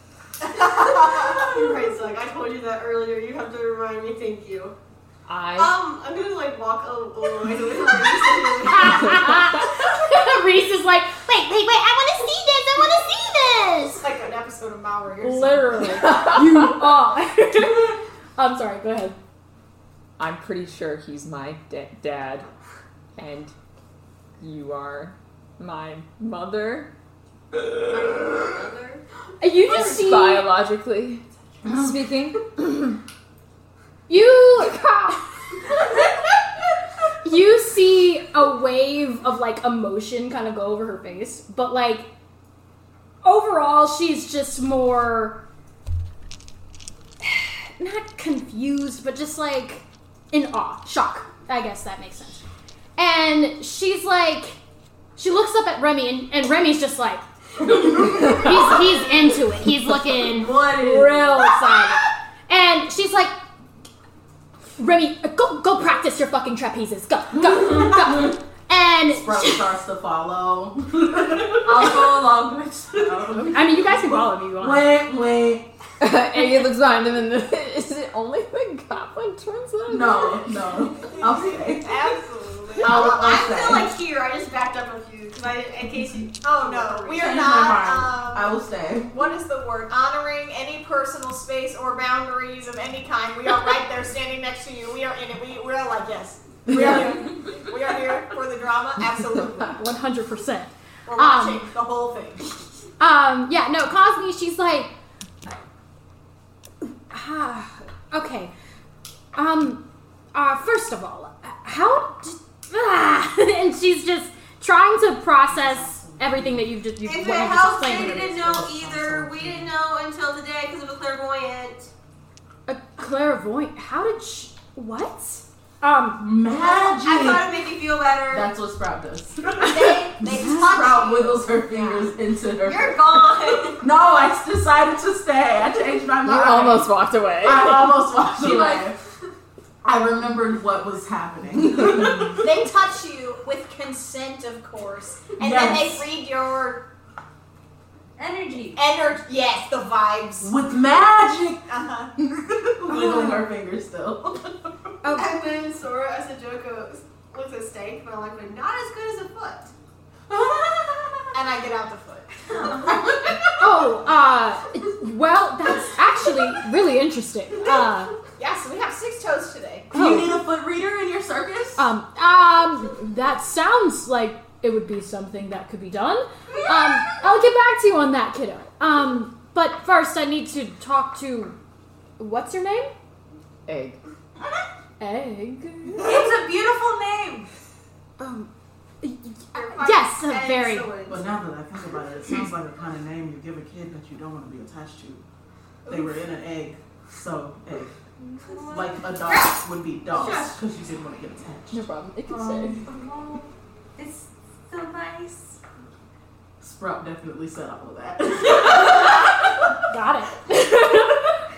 Craig's like, I told you that earlier. You have to remind me. Thank you. I. Um, I'm gonna like walk a a line away from Reese. Reese is like, Wait, wait, wait! I want to see It's this! I want to see this! like an episode of Mauer here. literally, you are. I'm sorry. Go ahead. I'm pretty sure he's my da- dad, and you are my mother. You just see Biologically speaking, You You see a wave of like emotion kind of go over her face, but like overall she's just more not confused, but just like in awe, shock. I guess that makes sense. And she's like she looks up at Remy and, and Remy's just like he's, he's into it. He's looking What is real excited. And she's like, Remy, go go practice your fucking trapezes. Go, go, go. And Sprout starts to follow. I'll go along. I mean, you guys can follow me if you want. Wait, wait. Aggie looks behind him, and the, is it only the goblin turns on? No, no. I'll stay. Absolutely. I'll, I I'll feel stay. like here. I just backed up a few because I didn't. In case you. Oh no, we are Change my not. mind. I Um, will stay. what is the word? Honoring any personal space or boundaries of any kind. We are right there, standing next to you. We are in it. We, we are like yes. We are here. We are here for the drama. Absolutely. One hundred percent. We're watching the whole thing. Um, yeah, no, Cosme, she's like, ah, okay. Um, uh, first of all, how did, ah, and she's just trying to process everything that you've just you've If it what you just helps, explained. they didn't know either. We didn't know until the day because of a clairvoyant. A clairvoyant. How did she, what? Um, magic. I thought it made me feel better. That's what Sprout does. they they Sprout wiggles her fingers into her. You're gone. no, I s- decided to stay. I changed my You mind. almost walked away. I almost walked She away. like- I remembered what was happening. they touch you with consent, of course, and Yes. then they read your Energy. energy. Yes, the vibes. With magic, Uh-huh. wiggling her fingers still. Oh. And then Sora, as a joke, goes, looks at Stank, but I'm like, but not as good as a foot. and I get out the foot. Oh, uh, well, that's actually really interesting. Uh, oh, Yeah, so we have six toes today. Do you need a foot reader in your circus? um, um, that sounds like it would be something that could be done. Um, I'll get back to you on that, kiddo. Um, but first I need to talk to, what's your name? Egg. Egg. It's a beautiful name. Um, Yes, a very- Excellent. But now that I think about it, it sounds like the kind of name you give a kid that you don't want to be attached to. They were in an egg, so egg. Like a dog would be dogs because you didn't want to get attached. No problem. It can Um, it's so nice. Sprout definitely said all of that. Got it.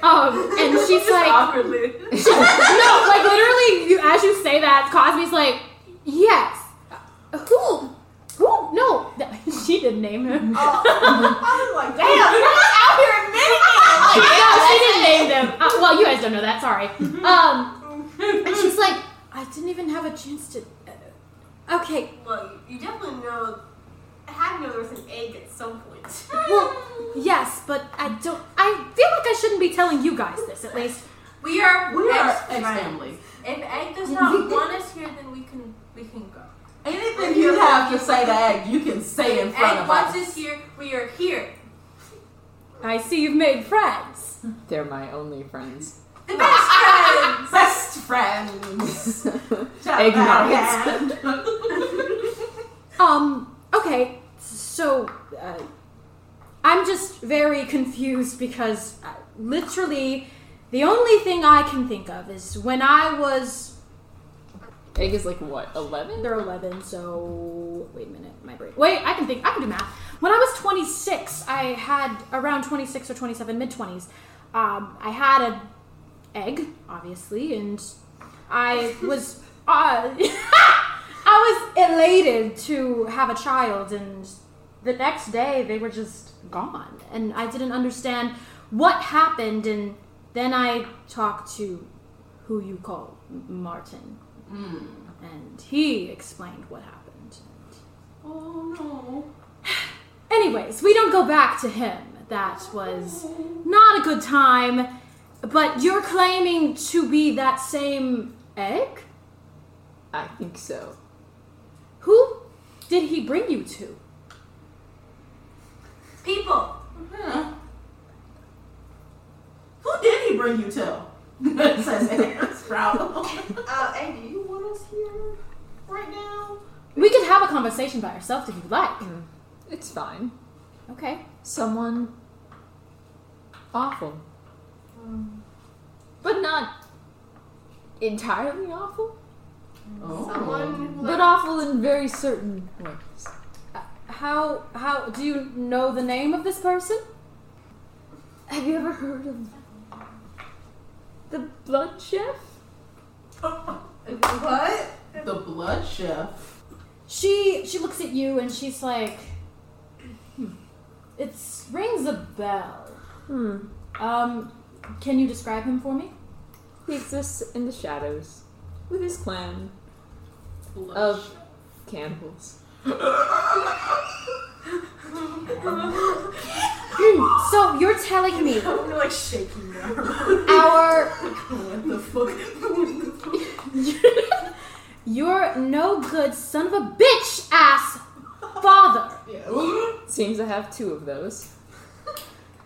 um, and she's like, awkwardly. no, like literally, you, as you say that, Cosby's like, yes, Uh, who, who? No, That- she didn't name him. I was like, Damn, you're just out here admitting it. no, Like, she didn't name them. Uh, well, you guys don't know that. Sorry. Um, and she's like, I didn't even have a chance to. uh, okay, well, you definitely know, I had to know there was an egg at some point. well, yes, but I don't. I feel like I shouldn't be telling you guys this, at least. We are. We are next a time. family. If Egg does not want us here, then we can we can go. Anything you have to say to egg, you can say in front Egg of wants us. us here. We are here. I see you've made friends. They're my only friends. The best friends. Best friends. Egg nods. Um, okay, so, uh, I'm just very confused because uh, literally the only thing I can think of is when I was. Egg is like what? Eleven? They're 11, so. Wait a minute, my brain. Wait, I can think, I can do math. When I was 26, I had around 26 or 27, mid 20s, um, I had an egg, obviously, and I was. Uh, I was elated to have a child, and the next day they were just gone, and I didn't understand what happened. And then I talked to who you call M- Martin, and he explained what happened. Oh no. Anyways, we don't go back to him. That was not a good time. But you're claiming to be that same egg? I think so. Who did he bring you to? People. Huh. Who did he bring you to? Says Egg. Sprout. Uh, Egg, do you want us here right now? We could have a conversation by ourselves if you'd like. It's fine. Okay. Someone awful. But not entirely awful. Oh, Someone who But awful in very certain ways. Uh, How how do you know the name of this person? Have you ever heard of the blood chef? What? The blood chef. She she looks at you and she's like, hmm, it rings a bell. Hmm. Um, can you describe him for me? He exists in the shadows with his clan Blood of cannibals. Hmm, So you're telling me I'm like shaking now. our What the fuck? your no good son of a bitch ass father yeah. Seems I have two of those.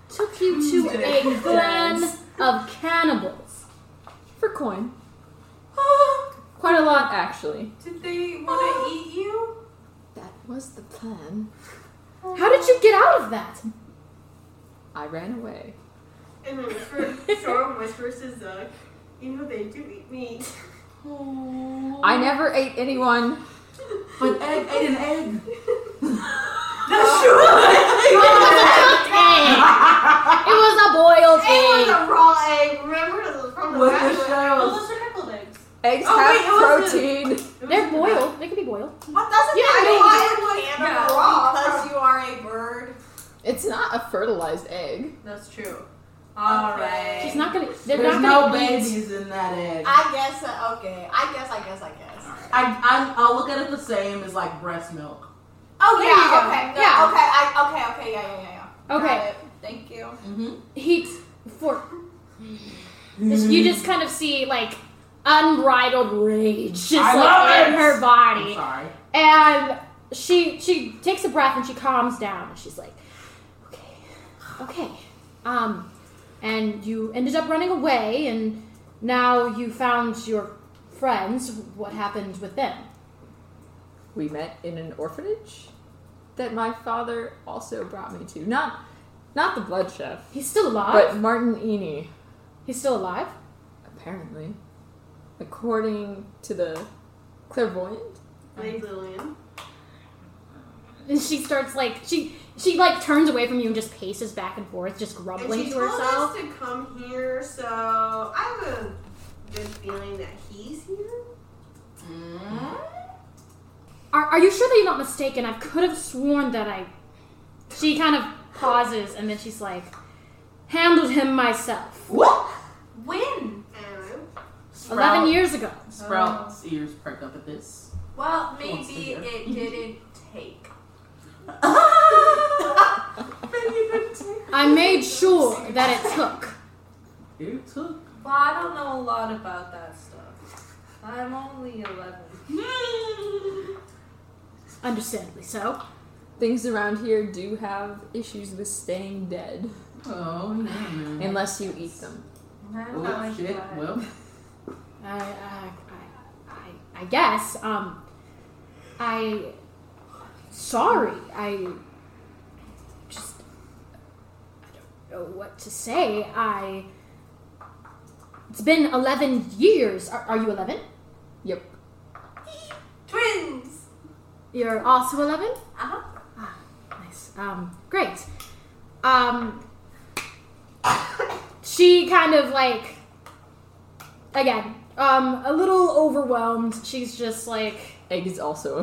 took you to a clan of cannibals. For coin. Quite a lot. Actually. Did they want to eat you? That was the plan. How did you get out of that? I ran away. And then whisper, Sora whispers to Zuck, you know they do eat meat. I never ate anyone. But egg ate an egg. That's true. it was a cooked egg. It was a boiled It was egg. a raw egg. Remember, it was from the What the back of it. shells? Well, those are pickled eggs. Eggs Oh, wait, it have was protein. They're boiled. They can be boiled. What doesn't Yeah, matter? I mean, why you would can animal go raw raw because you are a bird? It's not a fertilized egg. That's true. All right. She's not gonna. They're There's no not gonna eat. babies in that egg. I guess. uh, Okay. I guess. I guess. I guess. I, I, I'll look at it the same as like breast milk. Oh There you yeah. go. Okay. No, Yeah. Okay. I, okay. Okay. Yeah. Yeah. Yeah. yeah. Okay. Got it. Thank you. Mm-hmm. Heat for. You just kind of see like unbridled rage just I like love in it. her I'm body, sorry. and she she takes a breath and she calms down and she's like, okay, okay, um, and you ended up running away and now you found your friends. What happened with them? We met in an orphanage that my father also brought me to. Not not the blood chef, He's still alive. but Martin Eney, He's still alive. apparently. According to the clairvoyant. Lady Lillian. And she starts like she she like turns away from you and just paces back and forth, just And grumbling she to told herself. us to come here, so I have a good feeling that he's here. Are, are you sure that you're not mistaken? I could have sworn that I. She kind of pauses and then she's like, handled him myself What? When? I don't know. eleven Sprout- years ago. Sprout's ears perk up at this. Well, Wants to maybe go. it didn't take. I made sure that it took. You took. Well, I don't know a lot about that stuff. I'm only 11. Understandably so. Things around here do have issues with staying dead. Oh, yeah. man. Unless you eat them. I don't know Oh, like shit. that. Well, I, I, I, I, I guess. Um, I. Sorry. I. Just. I don't know what to say. I. It's been 11 years. Are, are you 11? Yep. Twins. You're also 11? Uh-huh. Ah, nice. Um, great. Um, she kind of like, again, um, a little overwhelmed. She's just like, Egg is also a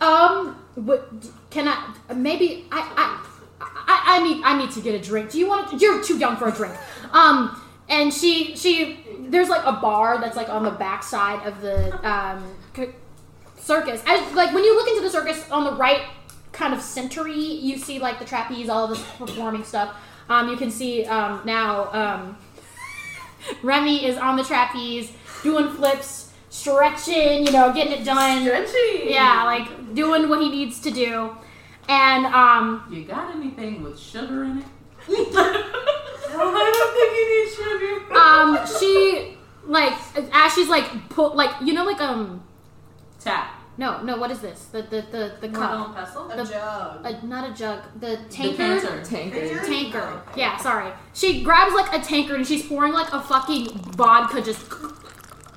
um, what can I? Maybe I, I, I, I need, I need to get a drink. Do you want? To, you're too young for a drink. Um, and she, she, there's like a bar that's like on the backside of the um c- circus. As like when you look into the circus on the right kind of century, you see like the trapeze, all this performing stuff. Um, you can see um now um. Remy is on the trapeze doing flips, stretching, you know, getting it done. Stretchy. Yeah, like doing what he needs to do. And um you got anything with sugar in it? I don't think you need sugar. um she like as she's like pull like you know like um Tap. no no what is this the the the, the cup Model pestle? A The- jug. uh, not a jug the The tankard cancer. tankard. tankard yeah sorry she grabs like a tankard and she's pouring like a fucking vodka just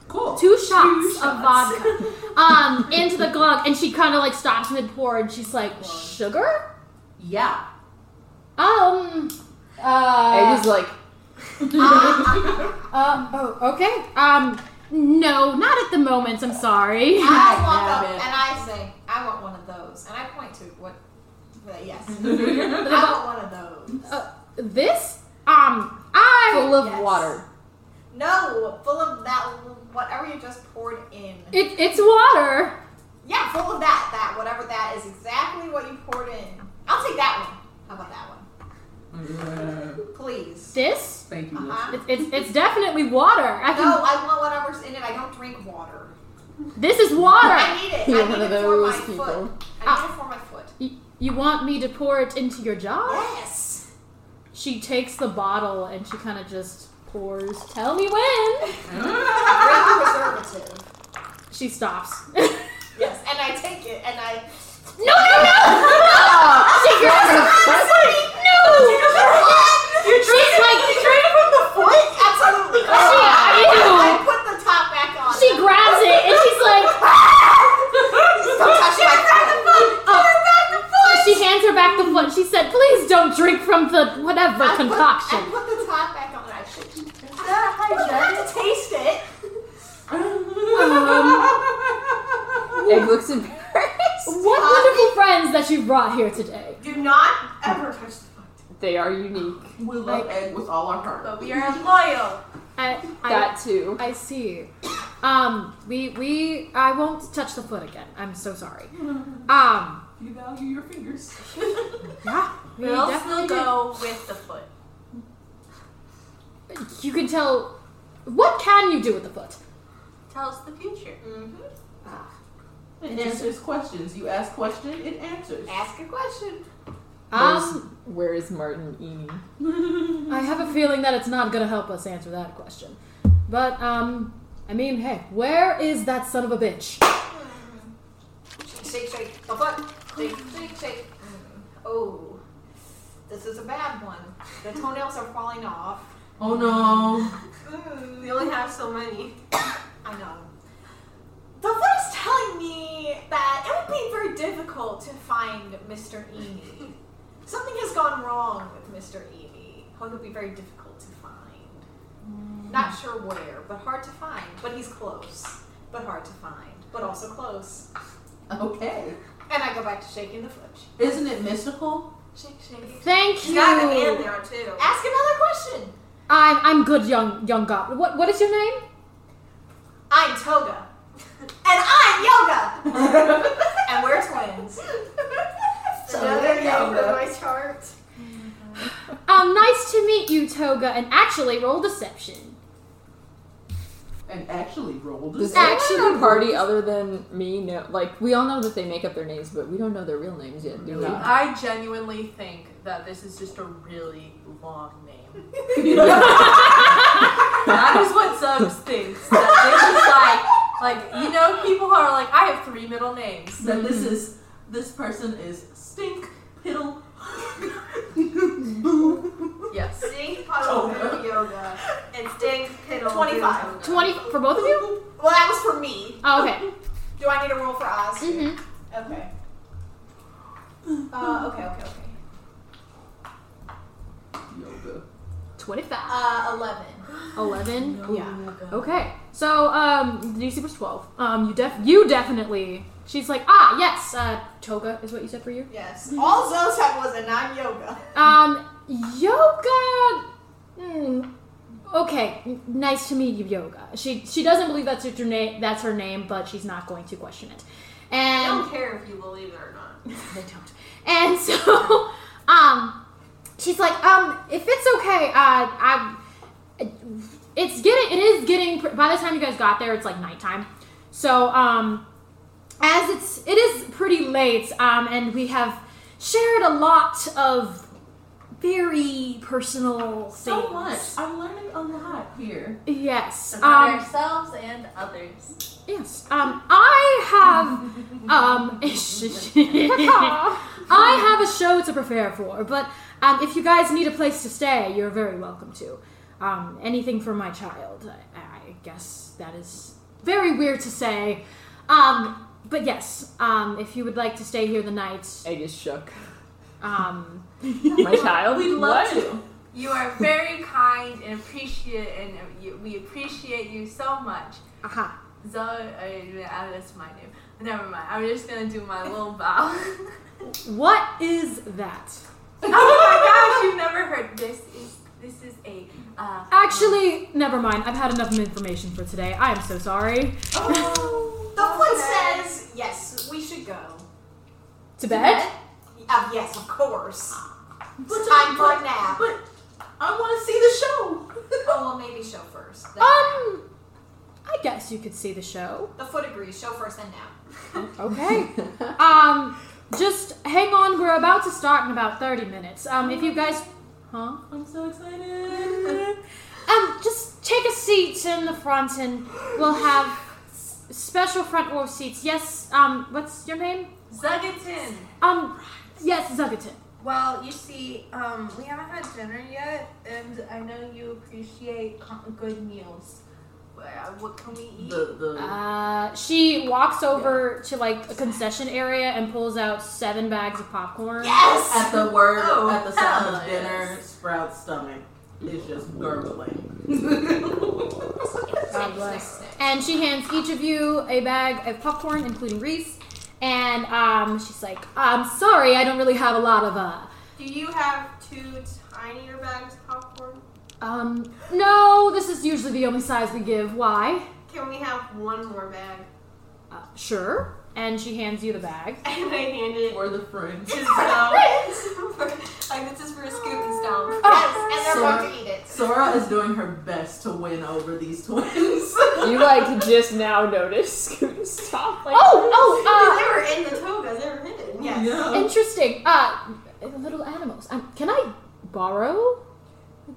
Cool. two shots of vodka um into the glug and she kind of like stops mid pour and she's like sugar Yeah. um Egg is like, Uh, oh, okay. Um, no, not at the moment. I'm sorry. I walk up it. and I say, I want one of those, and I point to what. but Yes. Um, Wait, I want one of those. This, um, I full of Yes. water. No, full of that whatever you just poured in. it, it's water. Yeah, full of that, that, whatever that is exactly what you poured in. I'll take that one. How about that one? Please. This, Thank you. Uh-huh. it's it's, it's definitely water. I No, can. I want whatever's in it. I don't drink water. This is water. I need it. You're I one need of it for my those people. foot. I need it for my foot. You, you want me to pour it into your jar? Yes. She takes the bottle and she kind of just pours. Tell me when. Drink the preservative. She stops. Yes, and I take it and I No, no, no! Ah. she grabs her arms. No! You're She's like, you drained it from the foot? Absolutely. Oh, She- ew. I put the top back on. She grabs it and she's like, Don't touch my foot. She hands her back the foot. She said, please don't drink from the whatever I put- concoction. I put the top back on. I should. I don't have to taste it. Egg looks embarrassed. What wonderful friends that you brought here today. Do not ever touch the foot. They are unique. We love egg with all our heart. But we are loyal. I, I, That too. I see. Um, we we I won't touch the foot again. I'm so sorry. Um, You value your fingers. yeah, we We'll definitely still do. go with the foot. You can tell. What can you do with the foot? Tell us the future. It answers questions. You ask question, it answers. Ask a question. Um, Where's- where is Martin E? Eni? I have a feeling that it's not gonna help us answer that question. But um, I mean, hey, where is that son of a bitch? Shake, shake, shake. The foot. Shake, shake, shake. Oh. This is a bad one. The toenails are falling off. Oh no. Mm, we only have so many. I know. The foot is telling me that it would be very difficult to find Mr. Amy. Something has gone wrong with Mr. Amy. How it'll be very difficult to find. Hmm. Not sure where, but hard to find. But he's close. But hard to find. But also close. Okay. And I go back to shaking the foot. Isn't it mystical? Shake, shake. Thank You you. got a man there too. Ask another question. I'm I'm good, young young god. What what is your name? I'm Toga. And I'm Yoga. and we're twins. So Another there name you go. for my chart. Um, nice to meet you, Toga. And actually, roll deception. And actually rolled. Does actually party other than me know? Like we all know that they make up their names, but we don't know their real names yet, do we? I genuinely think that this is just a really long name. that is what Zubs thinks. That this is like, like you know, people are like, I have three middle names. That this Mm-hmm. is this person is stink piddle. Yes. Stink puddle Toga. boo yoga and stink piddle. boo 25. yoga. Twenty for both of you. Well, that was for me. Oh, okay. Do I need a roll for Oz? Mm-hmm. Okay. Uh, okay, okay, okay. Yoga. Twenty-five. Uh, 11. Eleven. Yeah. Okay. So, um, the DC was twelve. Um, you def you definitely. She's like, ah, yes. Uh, Toga is what you said for you. Yes. All Zoe said was a non yoga. Um, Yoga. Hmm. Okay. n- Nice to meet you, Yoga. She she doesn't believe that's your name. That's her name, but she's not going to question it. I And don't care if you believe it or not. they don't. And so, um, she's like, um, if it's okay, uh, I, it's getting, it is getting. pr- By the time you guys got there, it's like nighttime. So, um, as it's, it is pretty late, um, and we have shared a lot of very personal things. So much. I'm learning a lot here. Yes. About Um, ourselves and others. Yes. Um, I have um, I have a show to prepare for, but um, if you guys need a place to stay, you're very welcome to. Um, anything for my child, I, I guess that is very weird to say. Um, but yes, um, if you would like to stay here the night, Egg is shook. um, My child. We'd love What? to. You are very kind and appreciate, and uh, you, we appreciate you so much. aha. Zo, uh, uh, that's my name. Never mind. I'm just gonna do my little bow. What is that? oh my gosh, you've never heard this. Is this is a uh, Actually, never mind. I've had enough information for today. I am so sorry. The foot says, yes, we should go. To bed? Uh, yes, of course. It's time for a nap. But I want to see the show. oh, well, maybe show first. then nap. Um, I guess you could see the show. The foot agrees. Show first, then nap. Okay. um, just hang on. We're about to start in about thirty minutes. Um, if you guys, huh? I'm so excited. Um, just take a seat in the front, and we'll have s- special front row seats. Yes. Um, what's your name? Zugatin. Um, yes, Zugatin. Well, you see, um, we haven't had dinner yet, and I know you appreciate co- good meals. Uh, What can we eat? Uh, she walks over to like a concession area and pulls out seven bags of popcorn. At the word, Oh, at the sound of dinner, Sprout's stomach is just gurgling. God bless. And she hands each of you a bag of popcorn, including Reese. And um, she's like, "I'm sorry, I don't really have a lot of uh." Do you have two tinier bags of popcorn? Um, no, this is usually the only size we give. Why? Can we have one more bag? Uh, sure. And she hands you the bag. And I hand it. We're the friends. to Snow. like this is for a scoop and Snow. Yes, and they're Sora- going to eat it. Sora is doing her best to win over these twins. You like just now notice Scoot stop. Like, oh, oh! Uh, they were in the togas. They were hidden. Yes. Interesting. Uh, little animals. Um, can I borrow?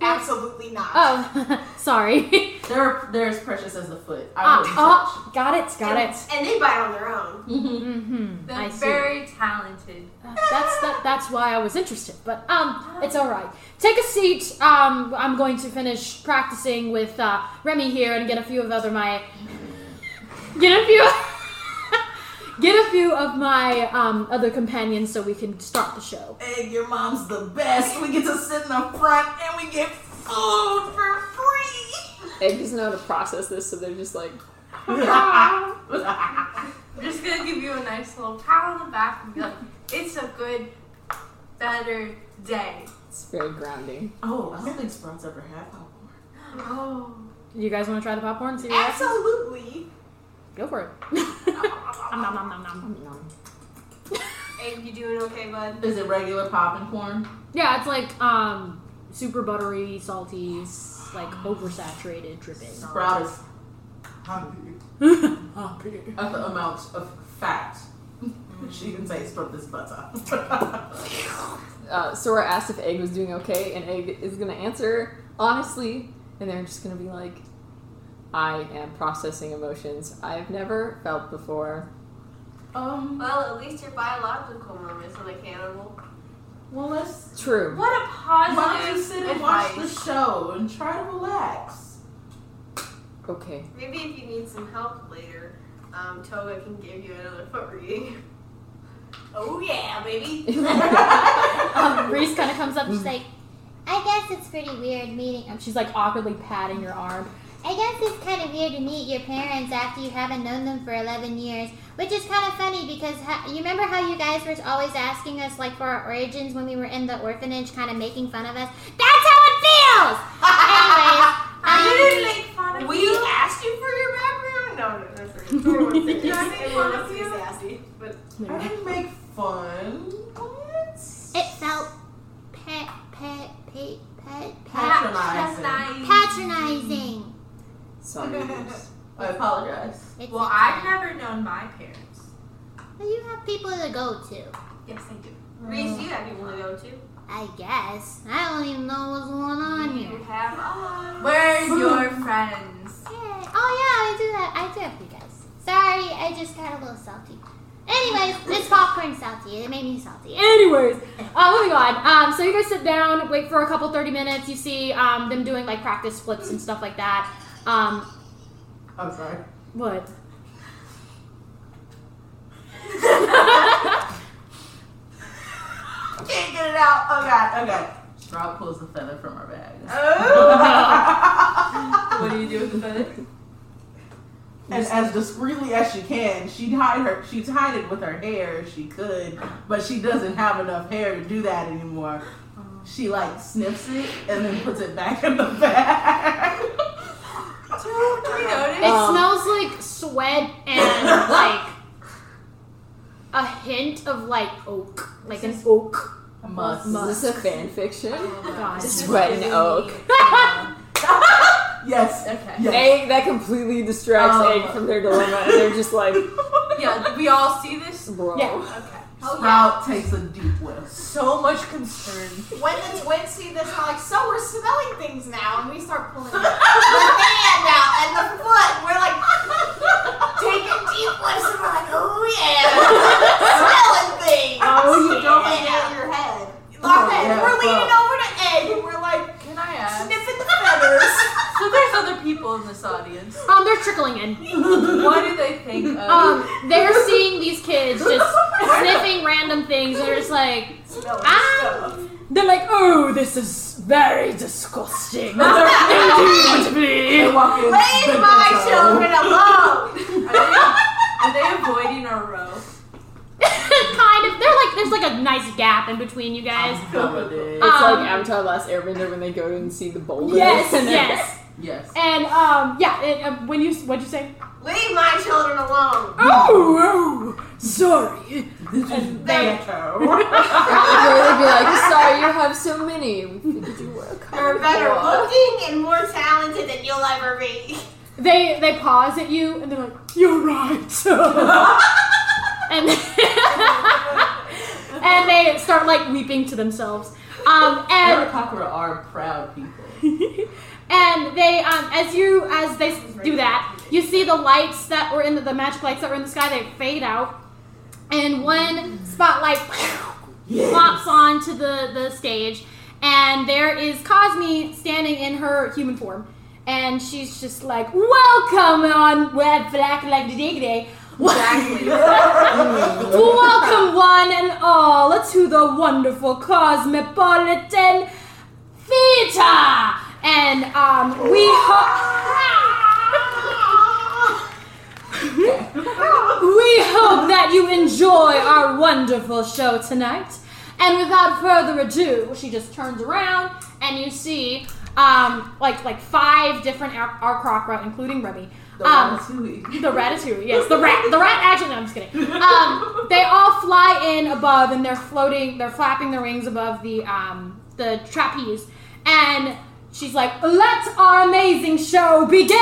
Absolutely not. Oh, sorry. They're they're as precious as the foot. I Ah, wouldn't touch. oh, got it, got and, it. And they buy on their own. Mm-hmm. They're I see. very talented. Uh, that's that, that's why I was interested, but um, it's all right. Take a seat. Um, I'm going to finish practicing with uh, Remy here and get a few of other my get a few get a few of my um, other companions so we can start the show. Egg, your mom's the best. We get to sit in the front and we get food for free. Egg doesn't know how to process this, so they're just like, Ah. I'm just gonna give you a nice little pat on the back and be like, it's a good, better day. it's very grounding. Oh, I don't think Sprout's ever had popcorn. Oh. You guys want to try the popcorn? and See what happens? Absolutely. Go for it. Nom, nom, nom, nom, nom. And you doing okay, bud? Is it regular popping corn? Yeah, it's like um, super buttery, salty, s- like oversaturated, dripping. Sprout is happy. Oh, happy at the amount of fat. She can say from this butter. Uh, Sora asked if Egg was doing okay, and Egg is gonna answer honestly, and they're just gonna be like, I am processing emotions I've never felt before. um. Well, at least your biological mom isn't a cannibal. Well, let's. True. What a Why don't you positive sit and watch advice. the show and try to relax? Okay. Maybe if you need some help later, um, Toga can give you another foot reading. Oh yeah, baby. Um, Reese kind of comes up, she's like, I guess it's pretty weird meeting. she's like awkwardly patting your arm. I guess it's kind of weird to meet your parents after you haven't known them for 11 years, which is kind of funny because ha- you remember how you guys were always asking us, like, for our origins when we were in the orphanage, kind of making fun of us? That's how it feels! Anyways, I didn't um, make fun of we you. We asked you for your background. No, no, that's right. Everyone thinks- Did I make everyone fun else of is you? sassy, but I didn't make fun. it felt pet, pet, pet, pet, pet. Patronizing. Patronizing. Sorry. Reese. I apologize. It's Well, I've never known my parents. Well, you have people to go to. Yes, I do. Reese, you have people to go to. I guess. I don't even know what's going on here. You have us. Where's your friends? Yay. Oh yeah, I do that. I do have you guys. Sorry, I just got a little salty. Anyways, this popcorn salty. It made me salty. Anyways, uh, moving on. Um, so you guys sit down, wait for a couple 30 minutes. You see um, them doing like practice flips and stuff like that. Um, I'm sorry. what? Can't get it out. Oh god. Okay. Sprout pulls the feather from her bag. Oh. What do you do with the feather? And as discreetly as she can, she hide her. She tied it with her hair if she could, but she doesn't have enough hair to do that anymore. She like snips it and then puts it back in the bag. It smells like sweat and like a hint of like oak, like an oak. Must. Is this a fan fiction? God. Sweat and oak. Yes. Okay. yes. Egg that completely distracts Oh. Egg from their dilemma. And they're just like, Yeah, we all see this. bro. Yeah. Sprout takes a deep whiff. So much concern. When the twins see this, they're like, so we're smelling things now, and we start pulling the hand out and the foot. We're like, taking deep whiffs, and we're like, oh yeah, smell Oh, Ah. what do they think of? Um, they're seeing these kids just sniffing random things. They're just like, ah. They're like, oh, this is very disgusting. Indubitably. Leave my children alone! Are they avoiding our row? kind of. They're like, there's like a nice gap in between you guys. It's Um, like Avatar: Last Airbender when they go and see the boulders. Yes, and they're- yes. Yes. And um, yeah. It, uh, when you what'd you say? Leave my children alone. Oh, oh, sorry. And they- Or they'd be like, sorry, you have so many. We figured you were a They're better couple. looking and more talented than you'll ever be. They they pause at you and they're like, You're right. and and they start like weeping to themselves. Um, and Kakura are proud people. and they um, as you as they s- do that, you see the lights that were in the, the magic lights that were in the sky. They fade out, and one spotlight pops onto the the stage, and there is Cosme standing in her human form, and she's just like, "Welcome on Web Black Like the Day Day." Welcome, one and all, to the wonderful cosmopolitan theater. And um, we hope we hope that you enjoy our wonderful show tonight. And without further ado, she just turns around, and you see um, like like five different Ar- Arcrocra, including Remy. The um, Ratatouille. the Ratatouille, yes, the rat, the rat action. No, I'm just kidding. Um, they all fly in above, and they're floating. They're flapping their wings above the um, the trapeze, and she's like, "Let our amazing show begin!"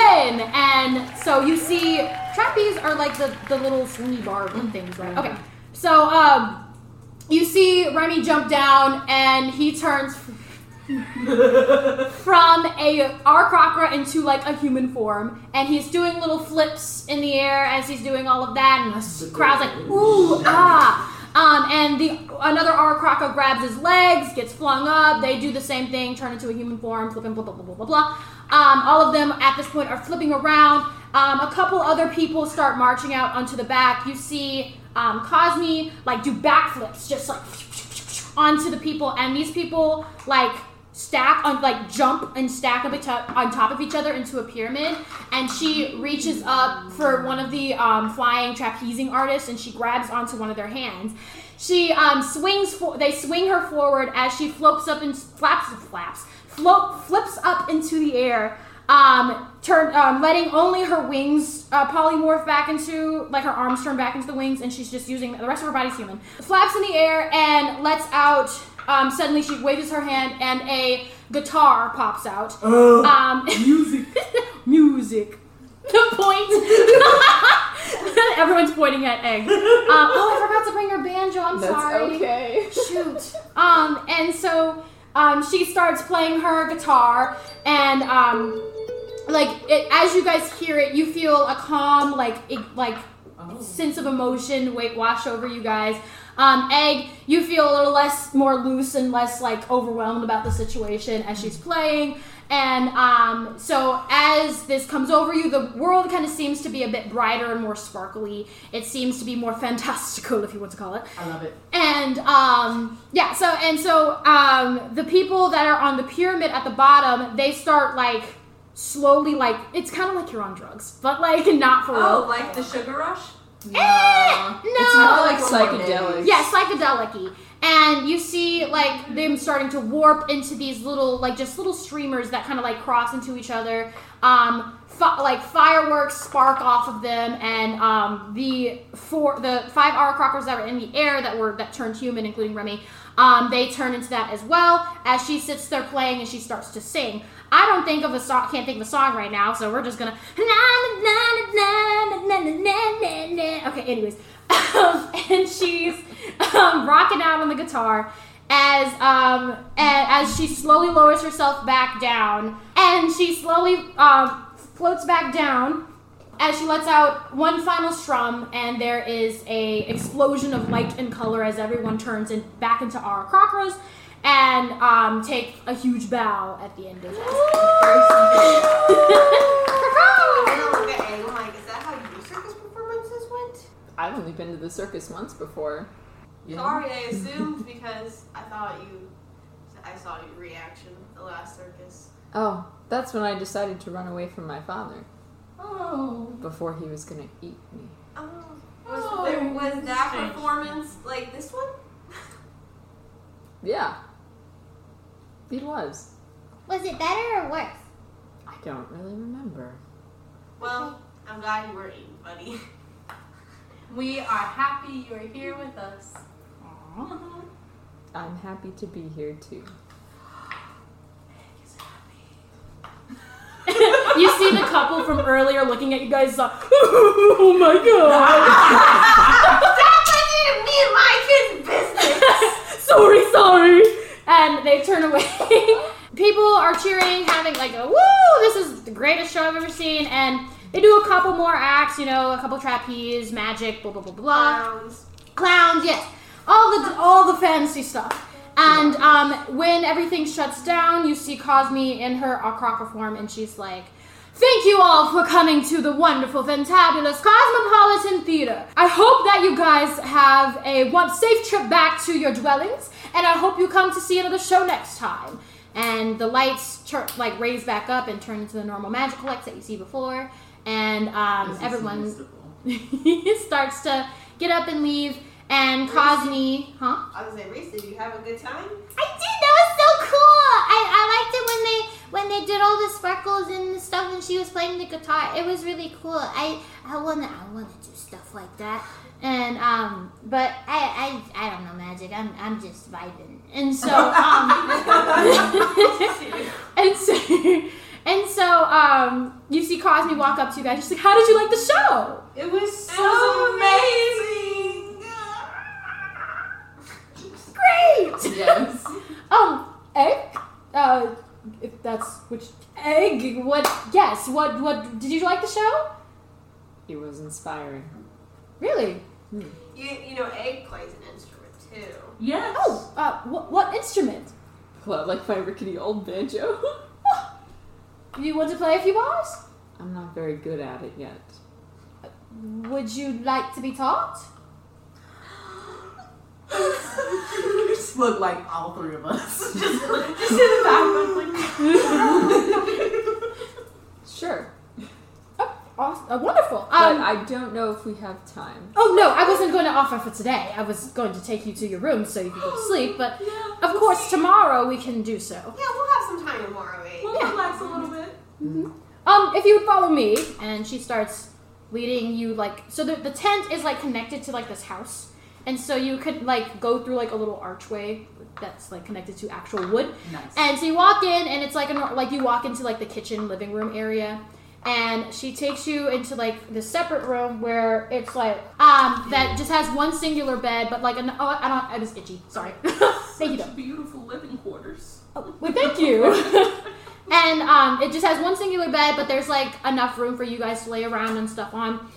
And so you see, trapeze are like the the little swingy bar things, right? Okay, so um, you see Remy jump down, and he turns from a Arcrocker into like a human form, and he's doing little flips in the air as he's doing all of that, and the s- crowd's like, ooh, ah. Um, and the another Arcrocker grabs his legs, gets flung up. They do the same thing, turn into a human form, flipping, blah blah blah blah blah blah. Um, all of them at this point are flipping around. Um, a couple other people start marching out onto the back. You see um, Cosme like do backflips, just like onto the people, and these people like stack on like jump and stack up each- on top of each other into a pyramid. And she reaches up for one of the um, flying trapezing artists, and she grabs onto one of their hands. She um, swings. For- they swing her forward as she floats up and flaps flaps float flips up into the air. Um, turn, um, letting only her wings uh, polymorph back into, like her arms turn back into the wings, and she's just using the rest of her body's human. Flaps in the air and lets out. Um, suddenly, she waves her hand, and a guitar pops out. Oh, um, music, music. The point. Everyone's pointing at eggs. Um, oh, I forgot to bring her banjo. I'm That's sorry. okay. Shoot. Um, and so um, she starts playing her guitar, and um, like it, as you guys hear it, you feel a calm, like it, like Oh, sense of emotion wa- wash over you guys. Um, Egg, you feel a little less, more loose and less like overwhelmed about the situation as she's playing. And um, so as this comes over you, the world kind of seems to be a bit brighter and more sparkly. It seems to be more fantastical, if you want to call it. I love it. And um, yeah, so and so um, the people that are on the pyramid at the bottom, they start like slowly, like it's kind of like you're on drugs, but like not for real. Oh, like the sugar rush? Eh, no, It's more like psychedelics. Yeah, psychedelic And you see like them starting to warp into these little like just little streamers that kind of like cross into each other. Um, fi- like fireworks spark off of them, and um, the four the five hour crockers that were in the air that were that turned human, including Remy. Um, they turn into that as well as she sits there playing and she starts to sing. I don't think of a song, can't think of a song right now, so we're just gonna. Okay, anyways. and she's um, rocking out on the guitar as um a- as she slowly lowers herself back down and she slowly um, floats back down as she lets out one final strum and there is a explosion of light and color as everyone turns in back into our crockeras and um, take a huge bow at the end of it. And I look at Abel like, is that how you I've only been to the circus once before. Yeah. Sorry, I assumed because I thought you. I saw your reaction at the last circus. Oh, that's when I decided to run away from my father Oh. before he was gonna eat me. Oh. Was, there, was that Strange. performance like this one? Yeah. It was. Was it better or worse? I don't really remember. Well, I'm glad you were eating, buddy. We are happy you're here with us. I'm happy to be here too. you see the couple from earlier looking at you guys like, oh my god. me and my kids' business. sorry, sorry. And they turn away. People are cheering, having like a woo, this is the greatest show I've ever seen. And they do a couple more acts, you know, a couple trapeze, magic, blah, blah, blah, blah. Uh, Um, Clowns. Clowns, yes. All the, all the fancy stuff. And um, when everything shuts down, you see Cosme in her uh, Crocker form, and she's like, Thank you all for coming to the wonderful, fantabulous Cosmopolitan Theater. I hope that you guys have a one- safe trip back to your dwellings, and I hope you come to see another show next time. And the lights tur- like raise back up and turn into the normal magical lights that you see before, and um, everyone starts to get up and leave. And Cosme, huh? I was like, Reese, did you have a good time? I did. That was so cool. I, I liked it when they when they did all the sparkles and stuff, and she was playing the guitar. It was really cool. I I wanna I wanna do stuff like that. And um, but I I, I don't know magic. I'm I'm just vibing. And so um, and so and so um, you see Cosme walk up to you guys. She's like, "How did you like the show?" It was so amazing. Great. Yes. um, egg. Uh, if that's which egg? What? Yes. What? What? Did you like the show? It was inspiring. Really? You, you know, Egg plays an instrument too. Yes. Oh, uh, what, what instrument? Well, like my rickety old banjo. You want to play a few bars? I'm not very good at it yet. Would you like to be taught? Just look like all three of us. Just in the background, like. sure. Awesome. Uh, wonderful. Um, But I don't know if we have time. Oh no, I wasn't going to offer for today. I was going to take you to your room so you could go to sleep, but of course tomorrow we can do so. Yeah, we'll have some time tomorrow, eh? We'll relax a little bit. Um, if you would follow me, and she starts leading you like so the, the tent is like connected to like this house, and so you could like go through like a little archway that's like connected to actual wood. Nice. And so you walk in, and it's like a nor- like you walk into like the kitchen living room area, and she takes you into like the separate room where it's like um that just has one singular bed, but like an oh I don't I was itchy sorry. thank you. Though. Oh, Beautiful living quarters. Well, thank you. and um, it just has one singular bed, but there's like enough room for you guys to lay around and stuff on.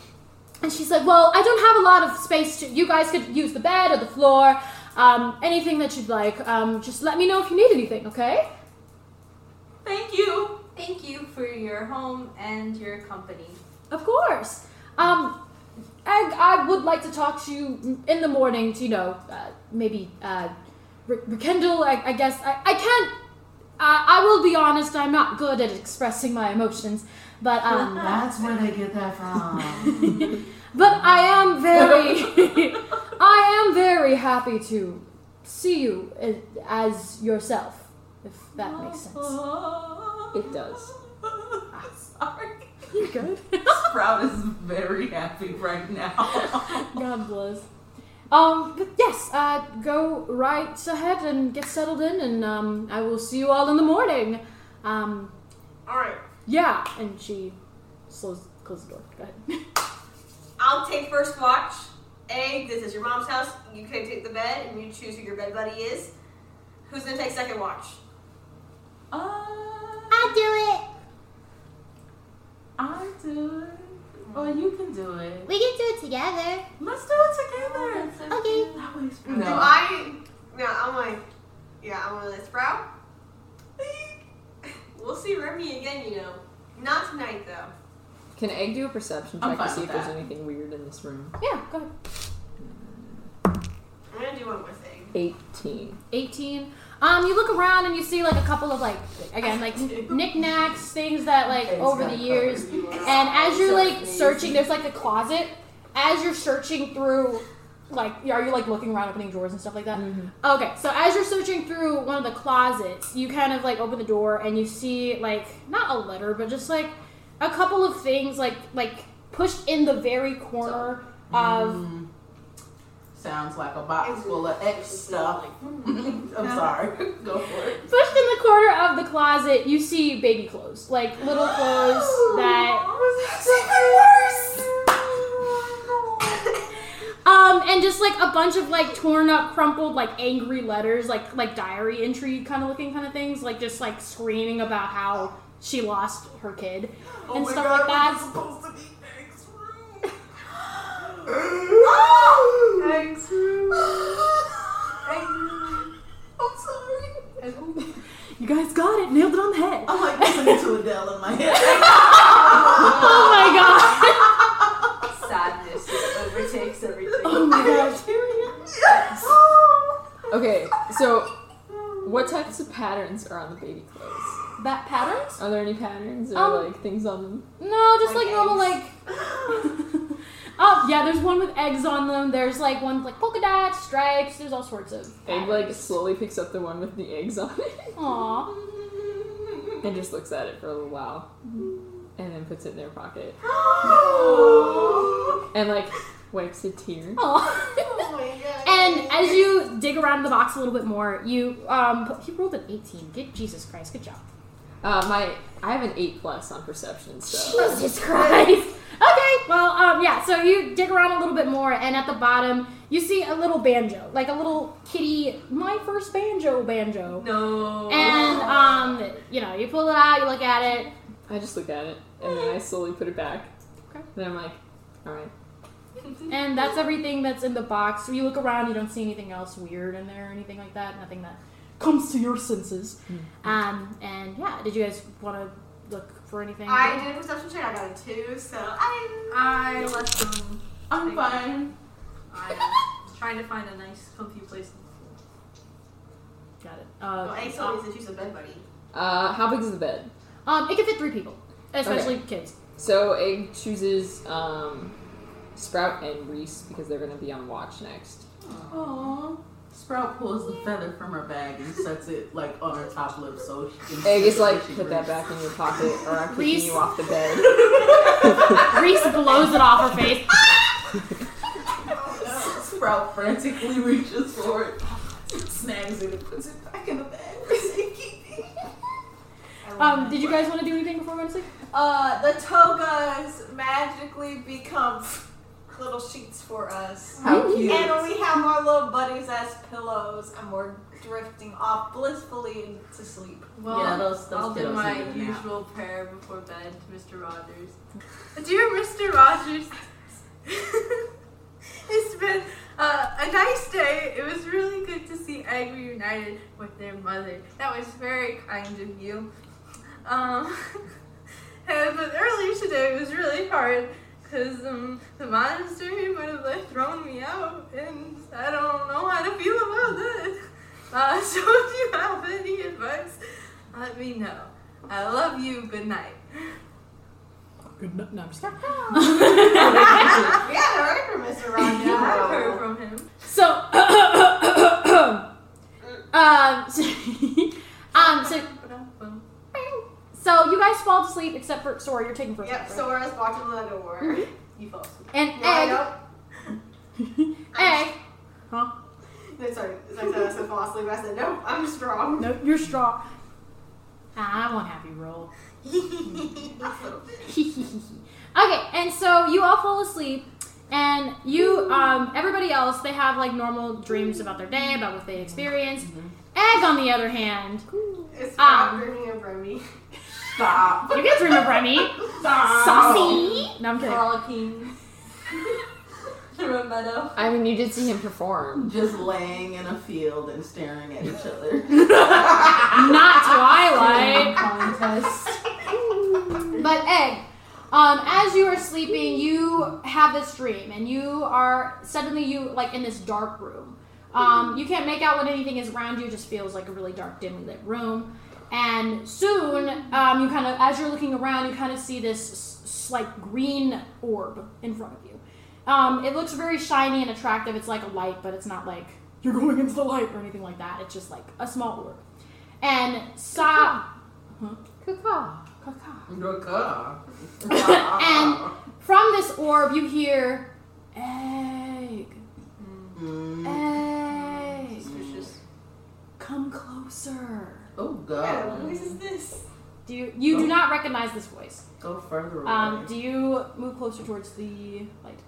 And she's like, "Well, I don't have a lot of space to. You guys could use the bed or the floor, um, anything that you'd like. Um, just let me know if you need anything, okay?" Thank you. Thank you for your home and your company. Of course. Um, and I would like to talk to you in the morning to, you know, uh, maybe uh, re- rekindle, I, I guess. I, I can't, I I will be honest, I'm not good at expressing my emotions, but. Um, That's where they get that from. But I am very, I am very happy to see you a- as yourself, if that makes sense. It does. Sorry. You good? Sprout is very happy right now. God bless. Um, but yes, uh, go right ahead and get settled in, and um, I will see you all in the morning. Um, All right, yeah, and she slows, closes the door. Go ahead. I'll take first watch. A, this is your mom's house. You can take the bed, and you choose who your bed buddy is. Who's gonna take second watch? Uh, I'll do I do it. Or you can do it. it. We can do it together. Let's do it together. Okay. That way, Sprout. Do I? No, I'm like, yeah, I'm gonna let Sprout. We'll see Remy again, you know. Not tonight though. Can Egg do a perception I'm check to fine see if with there's that. anything weird in this room. Yeah, go ahead. I'm gonna do one more thing. 18. 18. Um, you look around and you see like a couple of like again like knickknacks, things that like over the years. And as you're like searching, there's like a closet. As you're searching through, like are you like looking around, opening drawers and stuff like that? Okay, so as you're searching through one of the closets, you kind of like open the door and you see like not a letter, but just like a couple of things like like pushed in the very corner of Mm-hmm. Sounds like a box full of X stuff. I'm sorry. Go for it. Pushed in the corner of the closet, you see baby clothes, like little clothes that. um, and just like a bunch of like torn up, crumpled, like angry letters, like like diary entry kind of looking kind of things, like just like screaming about how she lost her kid Oh and my stuff God, like that. was supposed to be Thanks. I'm sorry. You guys got it. Nailed it on the head. I'm like listening to Adele in my head. oh my god. Sadness just overtakes everything. Oh my gosh. Yes! Okay, so what types of patterns are on the baby clothes? That patterns? Are there any patterns or Um, like things on them? No, just like, normal like. oh yeah, there's one with eggs on them. There's like one with like polka dots, stripes. There's all sorts of. Egg like slowly picks up the one with the eggs on it Aw. and just looks at it for a little while and then puts it in their pocket and like wipes a tear. Aw. And as you dig around the box a little bit more, you um put- he rolled an 18. Good Jesus Christ, good job. Uh, my I have an eight plus on perception, so Jesus Christ. Okay, well, um, yeah. So you dig around a little bit more, and at the bottom, you see a little banjo, like a little kitty. My first banjo, banjo. No. And um, you know, you pull it out, you look at it. I just look at it and then I slowly put it back. Okay. Then I'm like, all right. And that's everything that's in the box. You look around, you don't see anything else weird in there or anything like that. Nothing that comes to your senses. Um, and yeah, did you guys want to look for anything? I did a perception check. I got a two, so I I left them. I'm fine. I'm trying to find a nice, comfy place. Got it. well, Uh, Ace told me to choose a bed buddy. Uh, how big is the bed? um, it can fit three people, especially Okay. kids. So Egg chooses um, Sprout and Reese because they're going to be on watch next. Aw. Sprout pulls the feather from her bag and sets it like on her top lip so she can Egg is so like, she put that breathes. back in your pocket or I'm kicking Reese- you off the bed. Reese blows it off her face. Sprout frantically reaches for it, snags it, and puts it back in the bag. Um, did you guys want to do anything before we went to sleep? Uh, the togas magically become little sheets for us. How cute. And we have our little buddies as pillows, and we're drifting off blissfully to sleep. Well, Yeah, those- those I'll do kiddos my need a nap. usual prayer before bed to Mr. Rogers. Dear Mr. Rogers, it's been Uh, a nice day. It was really good to see Egg reunited with their mother. That was very kind of you. Um, and- but earlier today was really hard because um, the monster he would have like, thrown me out, and I don't know how to feel about this. Uh, so if you have any advice, let me know. I love you. Good night. Good night. No, I'm just kidding. we haven't heard from Mr. Rogers. You have heard from him. So, um, so, um, so, so you guys fall to sleep except for Sora. You're taking first. Yep, right? Sora's watching the door. You fall asleep. Mm-hmm. And No, I egg. egg. Huh? No, sorry. It's like I said fall asleep. I said, no, I'm strong. No, you're strong. Ah, I won't have you roll. okay, and so you all fall asleep, and you, um, everybody else, they have like normal dreams about their day, about what they experienced. Egg, on the other hand, it's Um, not dreaming of Remy. Stop. you can dream of Remy. Stop. Saucy. No, I'm kidding. Frolicking. Rometto. I mean, you did see him perform. Just laying in a field and staring at each other. Not Twilight. Contest. But Egg, Um, as you are sleeping, you have this dream, and you are suddenly you like in this dark room. Um, you can't make out what anything is around you; it just feels like a really dark, dimly lit room. And soon, um, you kind of, as you're looking around, you kind of see this s- like green orb in front of you. Um, it looks very shiny and attractive. It's like a light, but it's not like you're going into the light or anything like that. It's just like a small orb. And Sa, huh? uh, and from this orb, you hear egg, egg. Come closer. Oh god. is this? Do you you do not recognize this voice? Go further away. Um, do you move closer towards the light?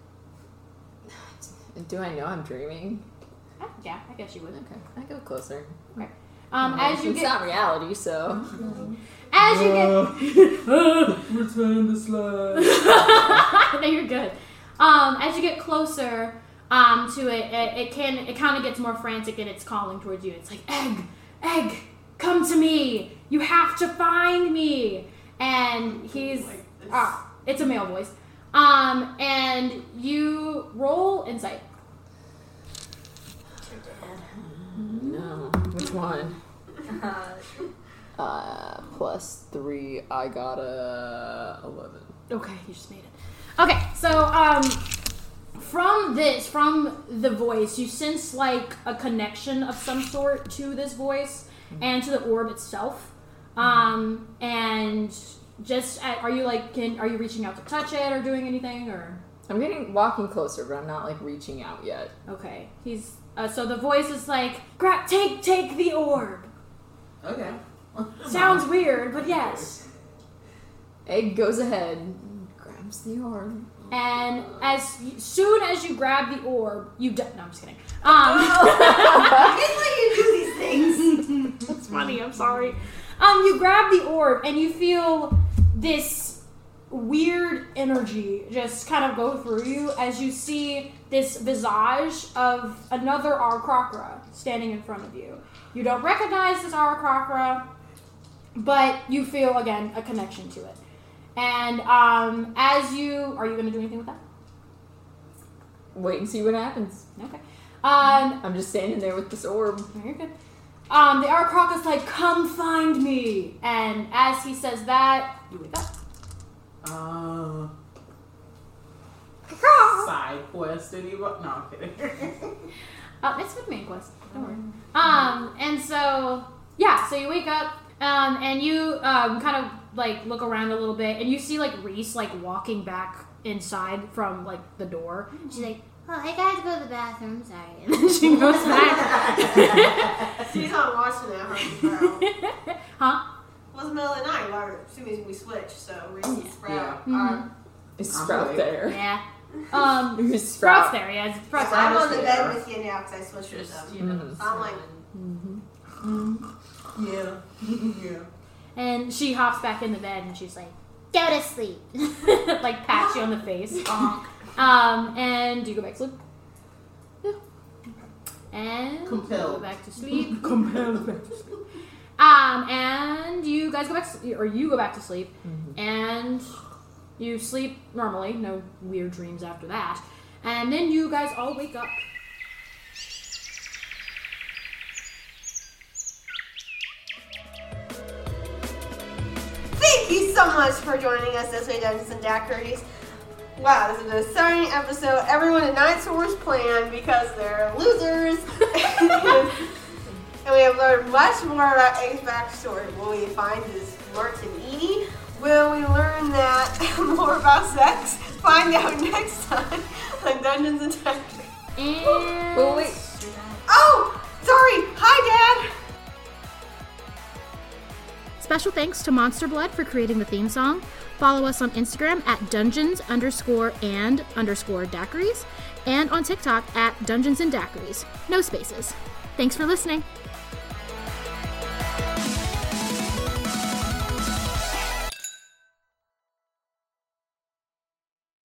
Do I know I'm dreaming? Uh, Yeah, I guess you would. Okay. I go closer. Right. Um, as you it's get- not reality, so As you get Uh, Return the slide. no, you're good. Um, as you get closer um, to it, it, it can it kind of gets more frantic and it's calling towards you. It's like egg, egg, come to me. You have to find me. And he's ah, it's a male voice. Um, and you roll insight. Mm-hmm. no. Which one? Uh, plus three. I got a eleven. Okay, you just made it. Okay, so um, from this, from the voice, you sense like a connection of some sort to this voice and to the orb itself. Um, and just at, are you like, can are you reaching out to touch it or doing anything or? I'm getting walking closer, but I'm not like reaching out yet. Okay, he's uh, so the voice is like, grab, take, take the orb. Okay. Sounds weird, but yes. Egg goes ahead, grabs the orb. And as y- soon as you grab the orb, you di- no, I'm just kidding. Um, Oh. I these things. That's funny. I'm sorry. Um, you grab the orb and you feel this weird energy just kind of go through you as you see this visage of another Arcrocra standing in front of you. You don't recognize this Arcrocra, but you feel again a connection to it. And um, as you are you going to do anything with that? Wait and see what happens. Okay. Um, I'm just standing there with this orb. Very good. Um, the Arcroc is like, come find me. And as he says that, you wake up. Uh, side quest anybody? No, I'm kidding. Uh, it's with main quest. Don't worry. Um, and so, yeah, so you wake up, um, and you um, kind of like look around a little bit, and you see like Reese like walking back inside from like the door. She's like, Oh, I gotta go to the bathroom. Sorry. and then she goes back. She's on watch for that, huh? Huh? Well, it's middle of the night. Well, as soon as we switch, so Reese's Mm, Sprout. Mm-hmm. Yeah. are- Is I'm Sprout awake. there? yeah. Um, Is Sprout's Sprout- there, yeah. So Sprout's there. I'm on the bed with you now because I switched with them. know, So I'm like, yeah. yeah. And she hops back in the bed and she's like, go to sleep. like, pats you on the face. um, and do you go back to sleep? Yeah. And go Compelled. back to sleep. Compelled back to sleep. Um, and you guys go back to sleep, or you go back to sleep, and you sleep normally, no weird dreams after that. And then you guys all wake up. Thank you so much for joining us this way, Dungeons and Daiquiris. Wow, this is an exciting episode. Everyone in Nine Swords plan because they're losers. and we have learned much more about Aang's backstory. Will we find his Martin Edie? Will we learn that more about sex? Find out next time on Dungeons and Daiquiris. And Oh, wait. Oh, sorry. Hi, Dad. Special thanks to Monster Blood for creating the theme song. Follow us on Instagram at dungeons underscore and underscore daiquiris and on TikTok at dungeons and daiquiris. No spaces. Thanks for listening.